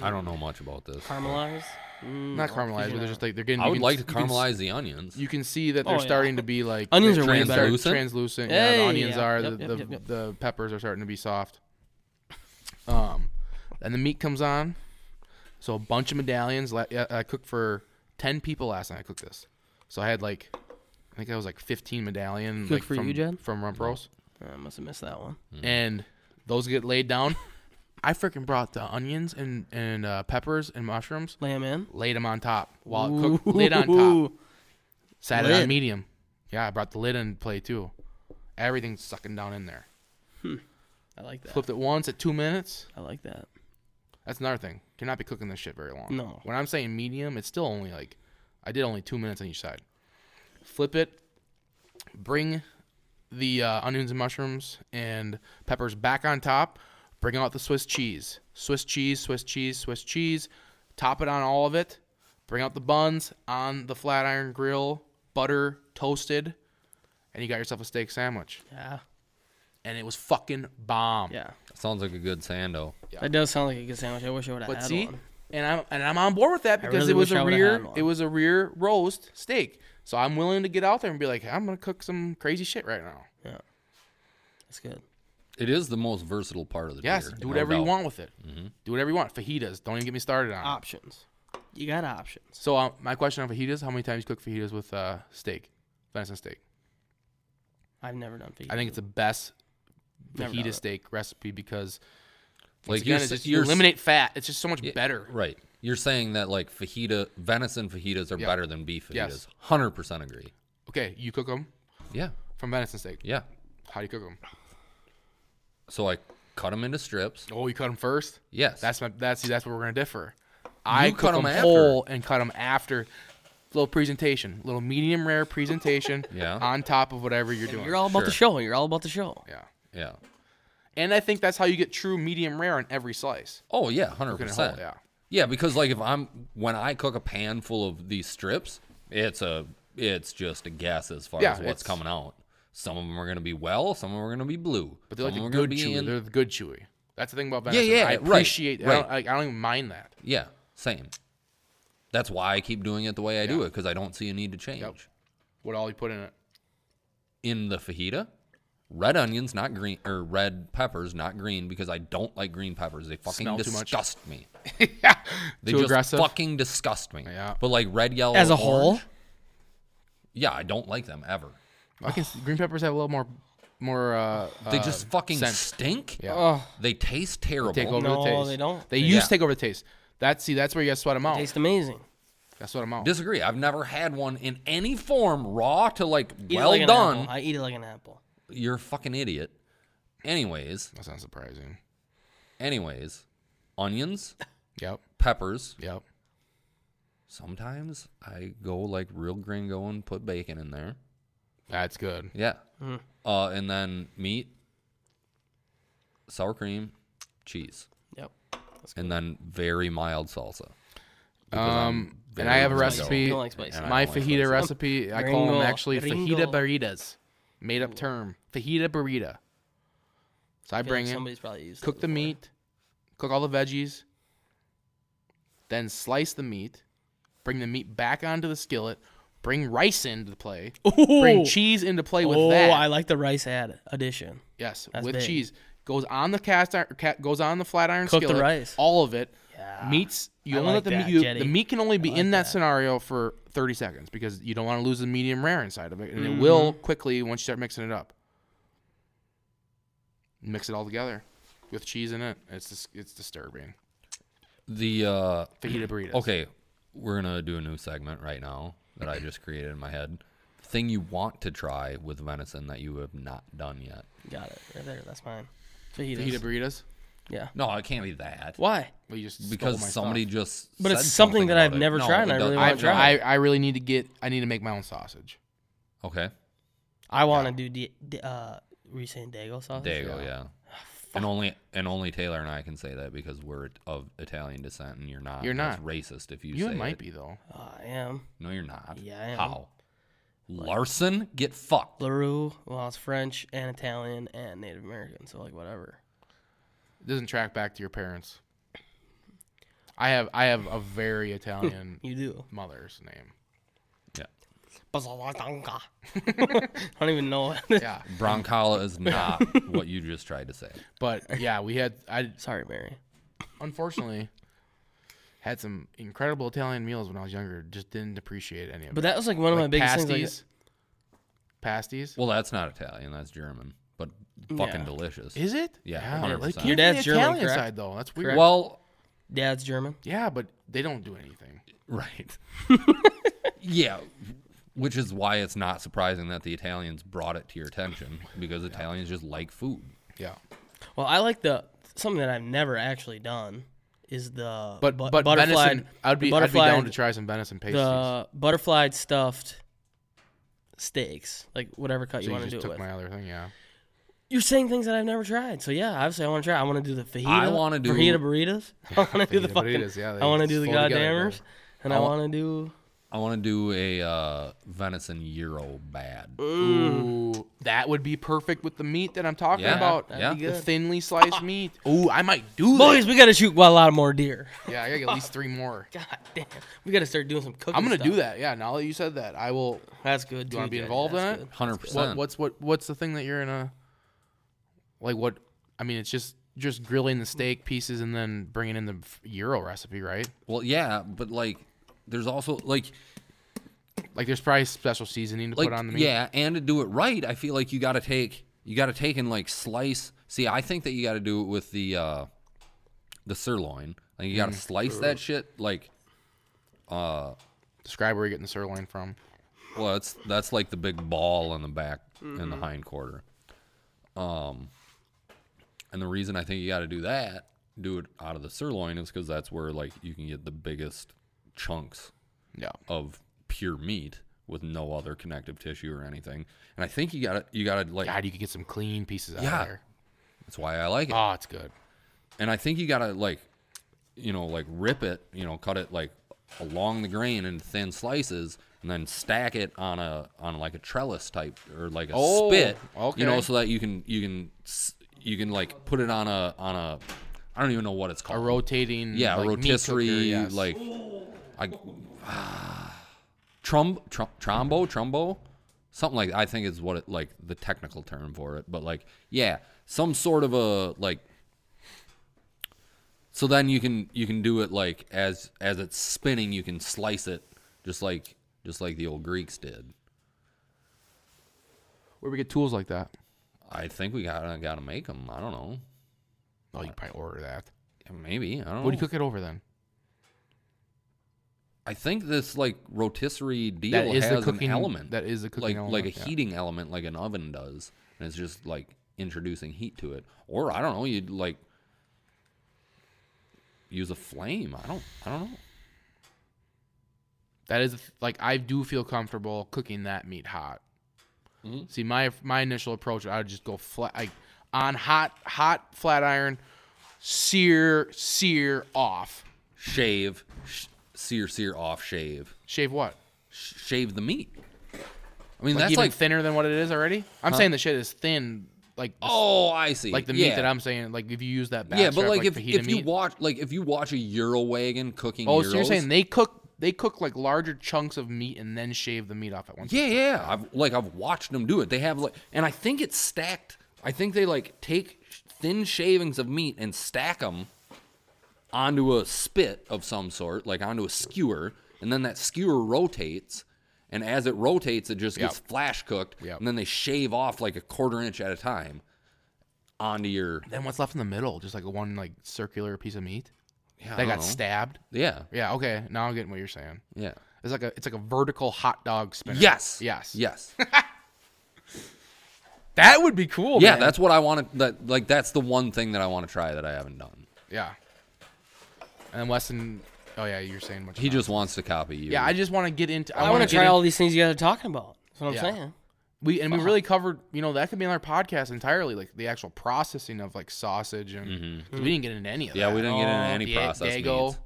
I don't know much about this. Caramelized. Mm, not oh, caramelized, but yeah. they're just like they're getting. I you would can like to s- you can s- caramelize the onions. You can see that they're Oh, yeah. starting to be like Onions they're are way trans- better. translucent. Translucent? Yeah, the Hey, onions yeah. are. Yep, the yep, the, yep, yep. the peppers are starting to be soft. Um, and the meat comes on. So a bunch of medallions. La- yeah, I cooked for ten people last night. I cooked this, so I had like, I think I was like fifteen medallion. Good like, for from, you, Jed. From rump roast, I must have missed that one. and those get laid down. I freaking brought the onions and and uh, peppers and mushrooms. Lamb in. Laid them on top while it cooked. Lid on top. Sat it on Lid. medium. Yeah, I brought the lid in play too. Everything's sucking down in there. I like that. Flipped it once at two minutes. I like that. That's another thing. Cannot be cooking this shit very long. No. When I'm saying medium, it's still only like I did only two minutes on each side. Flip it. Bring the uh, onions and mushrooms and peppers back on top. Bring out the Swiss cheese. Swiss cheese, Swiss cheese, Swiss cheese. Top it on all of it. Bring out the buns on the flat iron grill. Butter toasted, and you got yourself a steak sandwich. Yeah. And it was fucking bomb. Yeah. Sounds like a good sando. That does sound like a good sandwich. I wish I would have But had see, one. and I'm and I'm on board with that because really it was wish I a would've rear had one. it was a rear roast steak. So I'm willing to get out there and be like, I'm gonna cook some crazy shit right now. That's good. It is the most versatile part of the Yes, deer, do no whatever you doubt. want with it. Mm-hmm. Do whatever you want. Fajitas, don't even get me started on. it. Options. You got options. So uh, my question on fajitas: How many times you cook fajitas with uh, steak, venison steak? I've never done fajitas. I think it's the best Never done fajita it. steak recipe because once Like again, you're, it's s- just, you you're s- eliminate fat. It's just so much better. Right. You're saying that like fajita, venison fajitas are Yeah. better than beef Yes. fajitas. Hundred percent agree. Okay, you cook them Yeah. from venison steak. Yeah. How do you cook them? So I cut them into strips. Oh, you cut them first. Yes. That's my that's see, that's where we're gonna differ. I You cut cut them 'em after. whole and cut them after. Little presentation, little medium rare presentation. Yeah. On top of whatever you're doing. You're all about the Sure. show. You're all about the show. yeah. yeah. And I think that's how you get true medium rare on every slice. Oh yeah, hundred Cooking it whole, percent. yeah. Yeah, because like if I'm when I cook a pan full of these strips, it's a it's just a guess as far Yeah, as what's it's- coming out. Some of them are gonna be well, some of them are gonna be blue. But they're like some the of 'em are good gonna be chewy. in- They're the good chewy. That's the thing about Yeah, venison. yeah, I right, appreciate. I, don't, right. I, I don't even mind that. Yeah, same. That's why I keep doing it the way I do it because I don't see a need to change. What all you put in it. In the fajita, red onions, not green, or red peppers, not green, because I don't like green peppers. They fucking Smell too much. disgust me. yeah. They Too just aggressive. fucking disgust me. Yeah. But like red, yellow, As a orange, whole, yeah, I don't like them ever. I can, green peppers have a little more, more. Uh, They uh, just fucking scent. stink. Yeah. They taste terrible. take over No, the taste. they don't. They used Yeah. to take over the taste. That's see. That's where you guys sweat them out. tastes amazing. That's what I'm out. Disagree. I've never had one in any form, raw to like Eat it well like an done. apple. I eat it like an apple. You're a fucking idiot. Anyways, That's not surprising. anyways, onions, Yep. peppers. Yep. Sometimes I go like real gringo and put bacon in there. That's good. Yeah. Hmm. Uh, and then meat, sour cream, cheese, Yep. and then very mild salsa. Um, very and I have a gringo. recipe. Don't like spicy. And I My don't like fajita spicy. recipe. I call them Gringo. actually Gringo. fajita burritas. Made up term. Fajita burrita. So I feel like bring it, Somebody's probably used. cook it the before. meat, cook all the veggies, then slice the meat, bring the meat back onto the skillet, bring rice into play, bring Ooh. cheese into play with oh, that. I like the rice ad addition. Yes, That's with big. cheese. Goes on the cast iron, ca- goes on the flat iron Cook the skillet. rice. All of it. Yeah. Meats. You I only like let the that, meat. You, Jetty. the meat can only be I like in that, that. scenario for 30 seconds because you don't want to lose the medium rare inside of it, and Mm-hmm. it will quickly once you start mixing it up. Mix it all together with cheese in it. It's dis- it's disturbing. The uh, Fajita burritos. okay, we're gonna do a new segment right now that I just created in my head. Thing you want to try with venison that you have not done yet. Got it right there. That's mine. Fajita Fajitas. burritos. yeah. No, it can't be that. Why? Well, you just stole Because my somebody stuff. just. But it's said something that I've about it. never No, tried it and I does- really I, wanna try I I really need to get. I need to make my own sausage. Okay. I want to do D- D- uh, were you saying Dago sauce? Dago, yeah. And only and only Taylor and I can say that because we're of Italian descent, and you're not. You're and that's not. racist if you, You say might it. be though. Oh, I am No, you're not. Yeah, I am. How? Larson, get fucked. Larue. Well, it's French and Italian and Native American, so like whatever. It doesn't track back to your parents. I have I have a very Italian You do. mother's name. Yeah. Bazalatanga. I don't even know. Yeah, Broncala is not what you just tried to say. but yeah, we had I Sorry, Mary. unfortunately had some incredible Italian meals when I was younger. Just didn't appreciate any of it. But that was like one of my biggest things. pasties, pasties. Well, that's not Italian. That's German, but fucking Yeah. delicious. Is it? Yeah, yeah. Like, 100%. you're Your the dad's German, Italian correct? side though. That's weird. Well, well, Like, Dad's German. yeah, but they don't do anything. right. yeah, which is why it's not surprising that the Italians brought it to your attention because Italians just like food. Yeah, Well, I like the something that I've never actually done is the but bu- but, venison. I'd be I'd the be butterfly- down to try some venison pasties. the butterflied stuffed steaks, like whatever cut so you you want to just do it took with. my other thing. Yeah, You're saying things that I've never tried. So yeah, obviously I want to try. I want to do the fajita. I wanna do- fajita burritos. I want to do the Fajita fucking. burritos, yeah, they I want to do the fold together, goddammers, bro. and I want to do. I want to do a uh, venison gyro bad. Ooh, that would be perfect with the meat that I'm talking Yeah, about. that'd be The good. thinly sliced meat. Ooh, I might do Ah. Boys, that. we gotta shoot a lot more deer. Yeah, I gotta get at least three more. God damn, we gotta start doing some cooking. I'm gonna do stuff. that. Yeah, now that you said that, I will. That's good. You wanna too, be Jay. involved in That's it? good. Hundred What, percent. what's what? What's the thing that you're gonna? Like what? I mean, it's just just grilling the steak pieces and then bringing in the f- gyro recipe, right? Well, yeah, but like, there's also like, Like there's probably special seasoning to like, put on the meat. yeah, and to do it right, I feel like you got to take, you got to take and like slice. See, I think that you got to do it with the, uh the sirloin. Like, you got Mm. to slice that shit. Like, Describe where you're getting the sirloin from. well, that's that's like the big ball on the back in the hind quarter. Um, and the reason I think you got to do that, do it out of the sirloin, is because that's where like you can get the biggest chunks Yeah. of pure meat with no other connective tissue or anything. And I think you got to you got to like God, you could get some clean pieces out Yeah. of there. that's why I like it. Oh, it's good. and I think you got to like you know like rip it, you know, cut it like along the grain in thin slices and then stack it on a on like a trellis type or like a Oh, spit, okay. you know, so that you can you can s- you can like put it on a on a I don't even know what it's A called. rotating. yeah, a like, meat rotisserie cooker, yes. like I Trum, trum, trombo, trumbo, something like I think is what it like the technical term for it, but like yeah, some sort of a like. So then you can you can do it like as as it's spinning, you can slice it just like just like the old Greeks did. where we get tools like that. I think we gotta gotta make them. I don't know, Oh, you can probably order that. maybe I don't know. What do you cook it over then? I think this like rotisserie deal That is the has cooking- an element. that is the cooking like like a element, yeah. heating element, like an oven does, and it's just like introducing heat to it. Or I don't know, you'd like use a flame. I don't I don't know. That is like I do feel comfortable cooking that meat hot. Mm-hmm. See, my my initial approach, I would just go flat like on hot hot flat iron, sear sear off. Shave, sh- sear, sear off, shave, Shave what? sh- shave the meat. I mean Like that's even like thinner than what it is already. I'm saying the shit is thin. like the, Oh, I see. like the meat that I'm saying. Like if you use that back Yeah, but like, if, fajita if you meat. watch like if you watch a Euro wagon cooking. oh, Euros, so you're saying they cook they cook like larger chunks of meat and then shave the meat off at once. Yeah, yeah. I've like I've watched them do it. They have like, and I think it's stacked. I think they like take sh- thin shavings of meat and stack them onto a spit of some sort, like onto a skewer, and then that skewer rotates. And as it rotates, it just gets Yep. flash cooked, Yep. and then they shave off like a quarter inch at a time onto your. Then what's left in the middle? Just like one like circular piece of meat Yeah, I that don't got know. stabbed. Yeah, Yeah. Okay. Now I'm getting what you're saying. yeah. It's like a it's like a vertical hot dog spinner. Yes. Yes. Yes. That would be cool. yeah, Oh, man. that's what I want to. That like that's the one thing that I want to try that I haven't done. yeah. And Weston. Oh yeah, you're saying much. He just wants to copy you. Yeah, I just want to get into. I, I want to try all these things you guys are talking about. That's what I'm Yeah. saying. We and we really covered, you know, that could be another podcast entirely, like the actual processing of like sausage and 'cause we didn't get into any of Mm-hmm. Yeah, that. Oh, we didn't get into any Da- processed meats.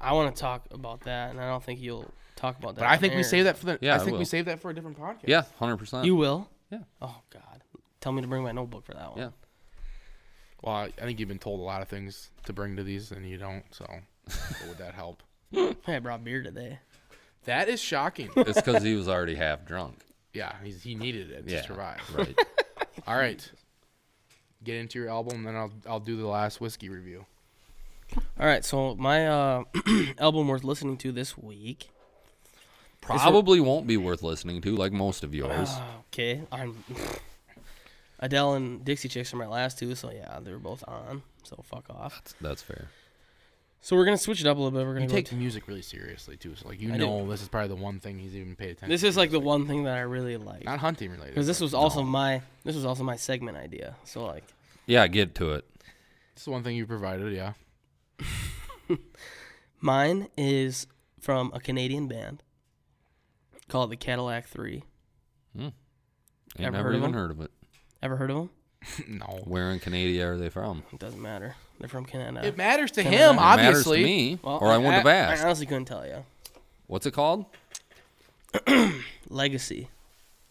I want to talk about that, and I don't think you'll talk about that. But I think we say save that for the. Yeah, I I think we will. save that for a different podcast. Yeah, hundred percent. You will. Yeah. Oh God, tell me to bring my notebook for that one. Yeah. Well, I I think you've been told a lot of things to bring to these, and you don't. So, but would that help? Hey, I brought beer today. That is shocking. It's because he was already half drunk. yeah, he's, he needed it Yeah. to survive. Right. All right, get into your album, then I'll I'll do the last whiskey review. All right, so my uh, album worth listening to this week. Probably won't be worth listening to, like most of yours. Uh, Okay, I'm. Adele and Dixie Chicks are my last two, so yeah, they were both on. So fuck off. That's fair. So we're gonna switch it up a little bit. We're gonna You go take to- music really seriously too, so like you I do. know this is probably the one thing he's even paid attention. This to. is like the one thing that I really like not hunting related. because this but was also my this was also my segment idea. So like, Yeah, get to it. this is one thing you provided. Yeah. Mine is from a Canadian band called the Cadillac Three. Ain't Ever never heard of even 'em? heard of it. Ever heard of them? No. Where in Canada are they from? It doesn't matter. They're from Canada. It matters to Canada. him, It It matters to obviously. me, or I, wouldn't have asked. I honestly couldn't tell you. What's it called? Legacy.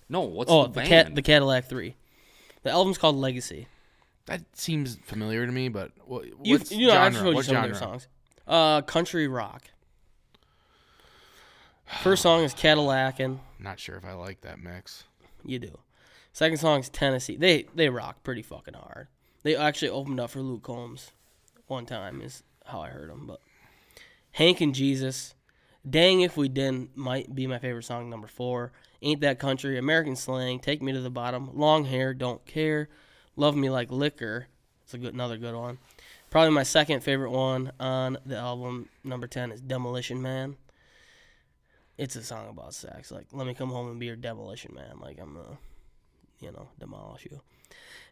No, what's oh, the the, band? cat, the Cadillac Three. The album's called Legacy. That seems familiar to me, but what, You, what's you know, I've genre? showed you What some of genre? their songs. Uh, country rock. First song is Cadillacin'. Not sure if I like that mix. You do. Second song is Tennessee. They they rock pretty fucking hard. They actually opened up for Luke Combs one time is how I heard them. But Hank and Jesus, dang if we didn't might be my favorite song number four. Ain't that country? American slang. Take me to the bottom. Long hair, don't care. Love me like liquor. It's a good another good one. Probably my second favorite one on the album. Number ten is Demolition Man. It's a song about sex. Like, let me come home and be your demolition man. Like, I'm gonna, you know, demolish you.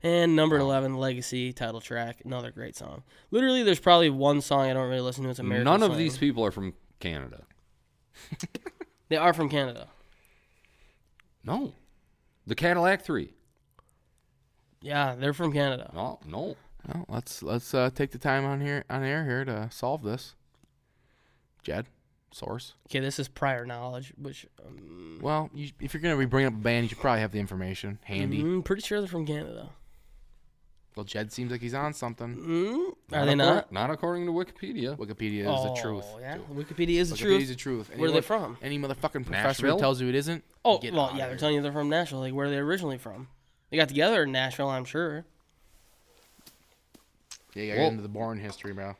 And number eleven, Legacy title track, another great song. Literally, there's probably one song I don't really listen to. It's American. None of Slang. these people are from Canada. They are from Canada. No. The Cadillac 3. Yeah, they're from Canada. No, no. Well, let's let's uh, take the time on here on air here to solve this. Jed, source. Okay, this is prior knowledge, which um, Well, you, if you're gonna be bringing up a band, you should probably have the information handy. I'm mm, pretty sure they're from Canada. Well, Jed seems like he's on something. Mm? Are they accor- not? Not according to Wikipedia. Wikipedia is the truth. Oh, yeah. dude. Wikipedia is the Wikipedia's truth. the truth. Where are they from? Any motherfucking professor who Nashville? tells you it isn't. Oh, get well, outta yeah, here. they're telling you they're from Nashville. Like, where are they originally from? They got together in Nashville, I'm sure. Yeah, you gotta Well- get into the born history, bro.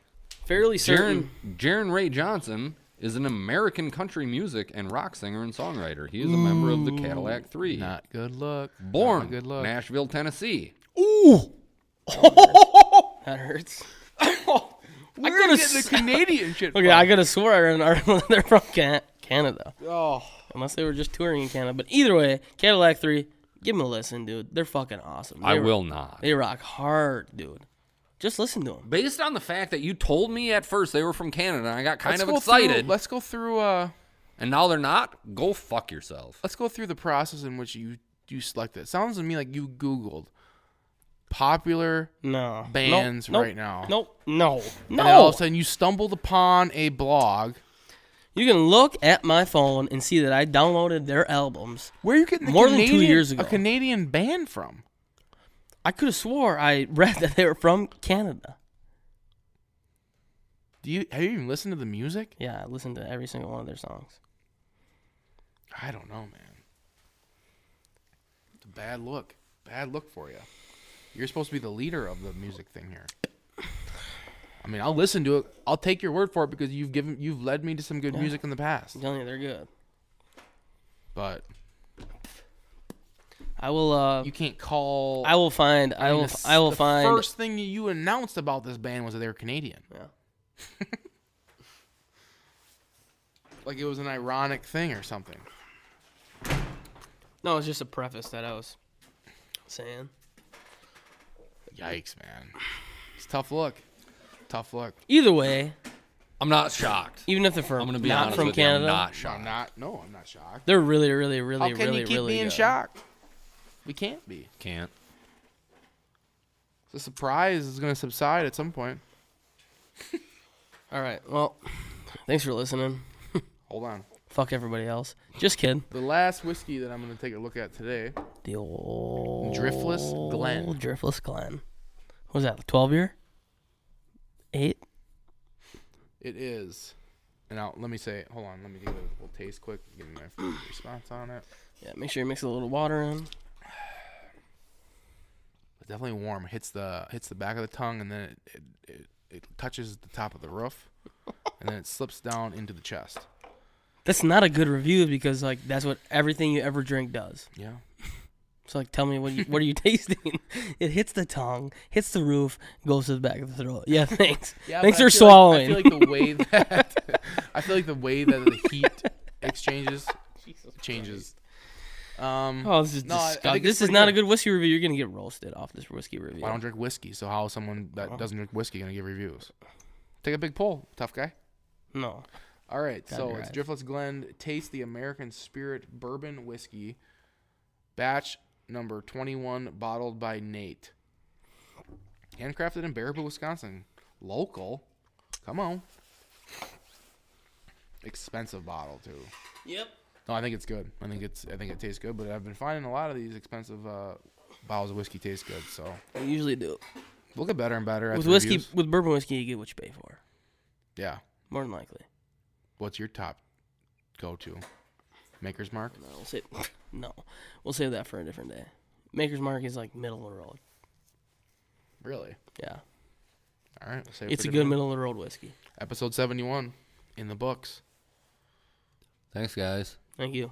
Fairly certain. Jaren, Jaren Ray Johnson is an American country music and rock singer and songwriter. He is a member of the Cadillac Three. Not good look. Born Not good look. Nashville, Tennessee. That hurts. I could have the Canadian shit. Okay, I could have swore I read an article that they're from Can- Canada. Oh. Unless they were just touring in Canada. But either way, Cadillac 3, give them a listen, dude. They're fucking awesome. I They were- will not. They rock hard, dude. Just listen to them. Based on the fact that you told me at first they were from Canada, I got kind Let's of go through- excited, let's go through. Uh, and now they're not. Go fuck yourself. let's go through the process in which you you selected. It sounds to me like you Googled popular, No. Nope, Bands nope, right now. Nope. No. No. and then all of a sudden you stumbled upon a blog. You can look at my phone and see that I downloaded their albums. Where are you getting the More than two Canadian- years ago. a Canadian band from? I could have swore I read that they were from Canada. Do you have you even listened to the music? Yeah, I listened to every single one of their songs. I don't know, man. It's a bad look. Bad look for you. You're supposed to be the leader of the music thing here. I mean, I'll listen to it. I'll take your word for it because you've given you've led me to some good music in the past. I'm telling you, they're good. But I will. Uh, you can't call. I will find. I, mean, will. the s- I will the find. First thing you announced about this band was that they were Canadian. Yeah. Like it was an ironic thing or something. No, it's just a preface that I was saying. Yikes, man. It's a tough look. Tough look. Either way, I'm not shocked. even if they're from I'm gonna be not honest from with Canada, you. I'm not I'm shocked. not. No, I'm not shocked. they're really, really, really, How can really, you keep really being good. shocked? We can't be. Can't. The surprise is going to subside at some point. All right. Well, thanks for listening. Hold on. Fuck everybody else. Just kidding. The last whiskey that I'm going to take a look at today, The old Driftless Glen. Driftless Glen. What was that? The twelve year? Eight? It is. And I'll, let me say, hold on, let me give it a little taste quick, give me my response on it. Yeah. Make sure you mix a little water in. It's definitely warm. Hits the hits the back of the tongue, and then it it, it, it touches the top of the roof, and then it slips down into the chest. That's not a good review because like that's what everything you ever drink does. Yeah. So like, tell me what you, what are you tasting? it hits the tongue, hits the roof, goes to the back of the throat. Yeah, thanks. thanks for swallowing. I feel like the way that I feel like the way that the heat exchanges changes. Um, Oh, this is No, I- I think disgusting. it's This is pretty not good. a good whiskey review. You're gonna get roasted off this whiskey review. I don't drink whiskey, so how is someone that doesn't drink whiskey gonna give reviews? Take a big poll, tough guy. No. All right, so you're it's right. Driftless Glen. Taste the American Spirit Bourbon Whiskey, batch number 21, bottled by Nate. Handcrafted in Baraboo, Wisconsin. Local. Come on. Expensive bottle too. Yep. No, I think it's good. I think it's I think it tastes good. But I've been finding a lot of these expensive uh, bottles of whiskey taste good. So I usually do. we'll get better and better at With the whiskey, reviews. with bourbon whiskey, you get what you pay for. Yeah. More than likely. What's your top go-to? Maker's Mark. No, we'll save. No, we'll save that for a different day. Maker's Mark is like middle of the road. Really? Yeah, All right. We'll save it it's for a good different- middle of the road whiskey. Episode 71 in the books. Thanks, guys. Thank you.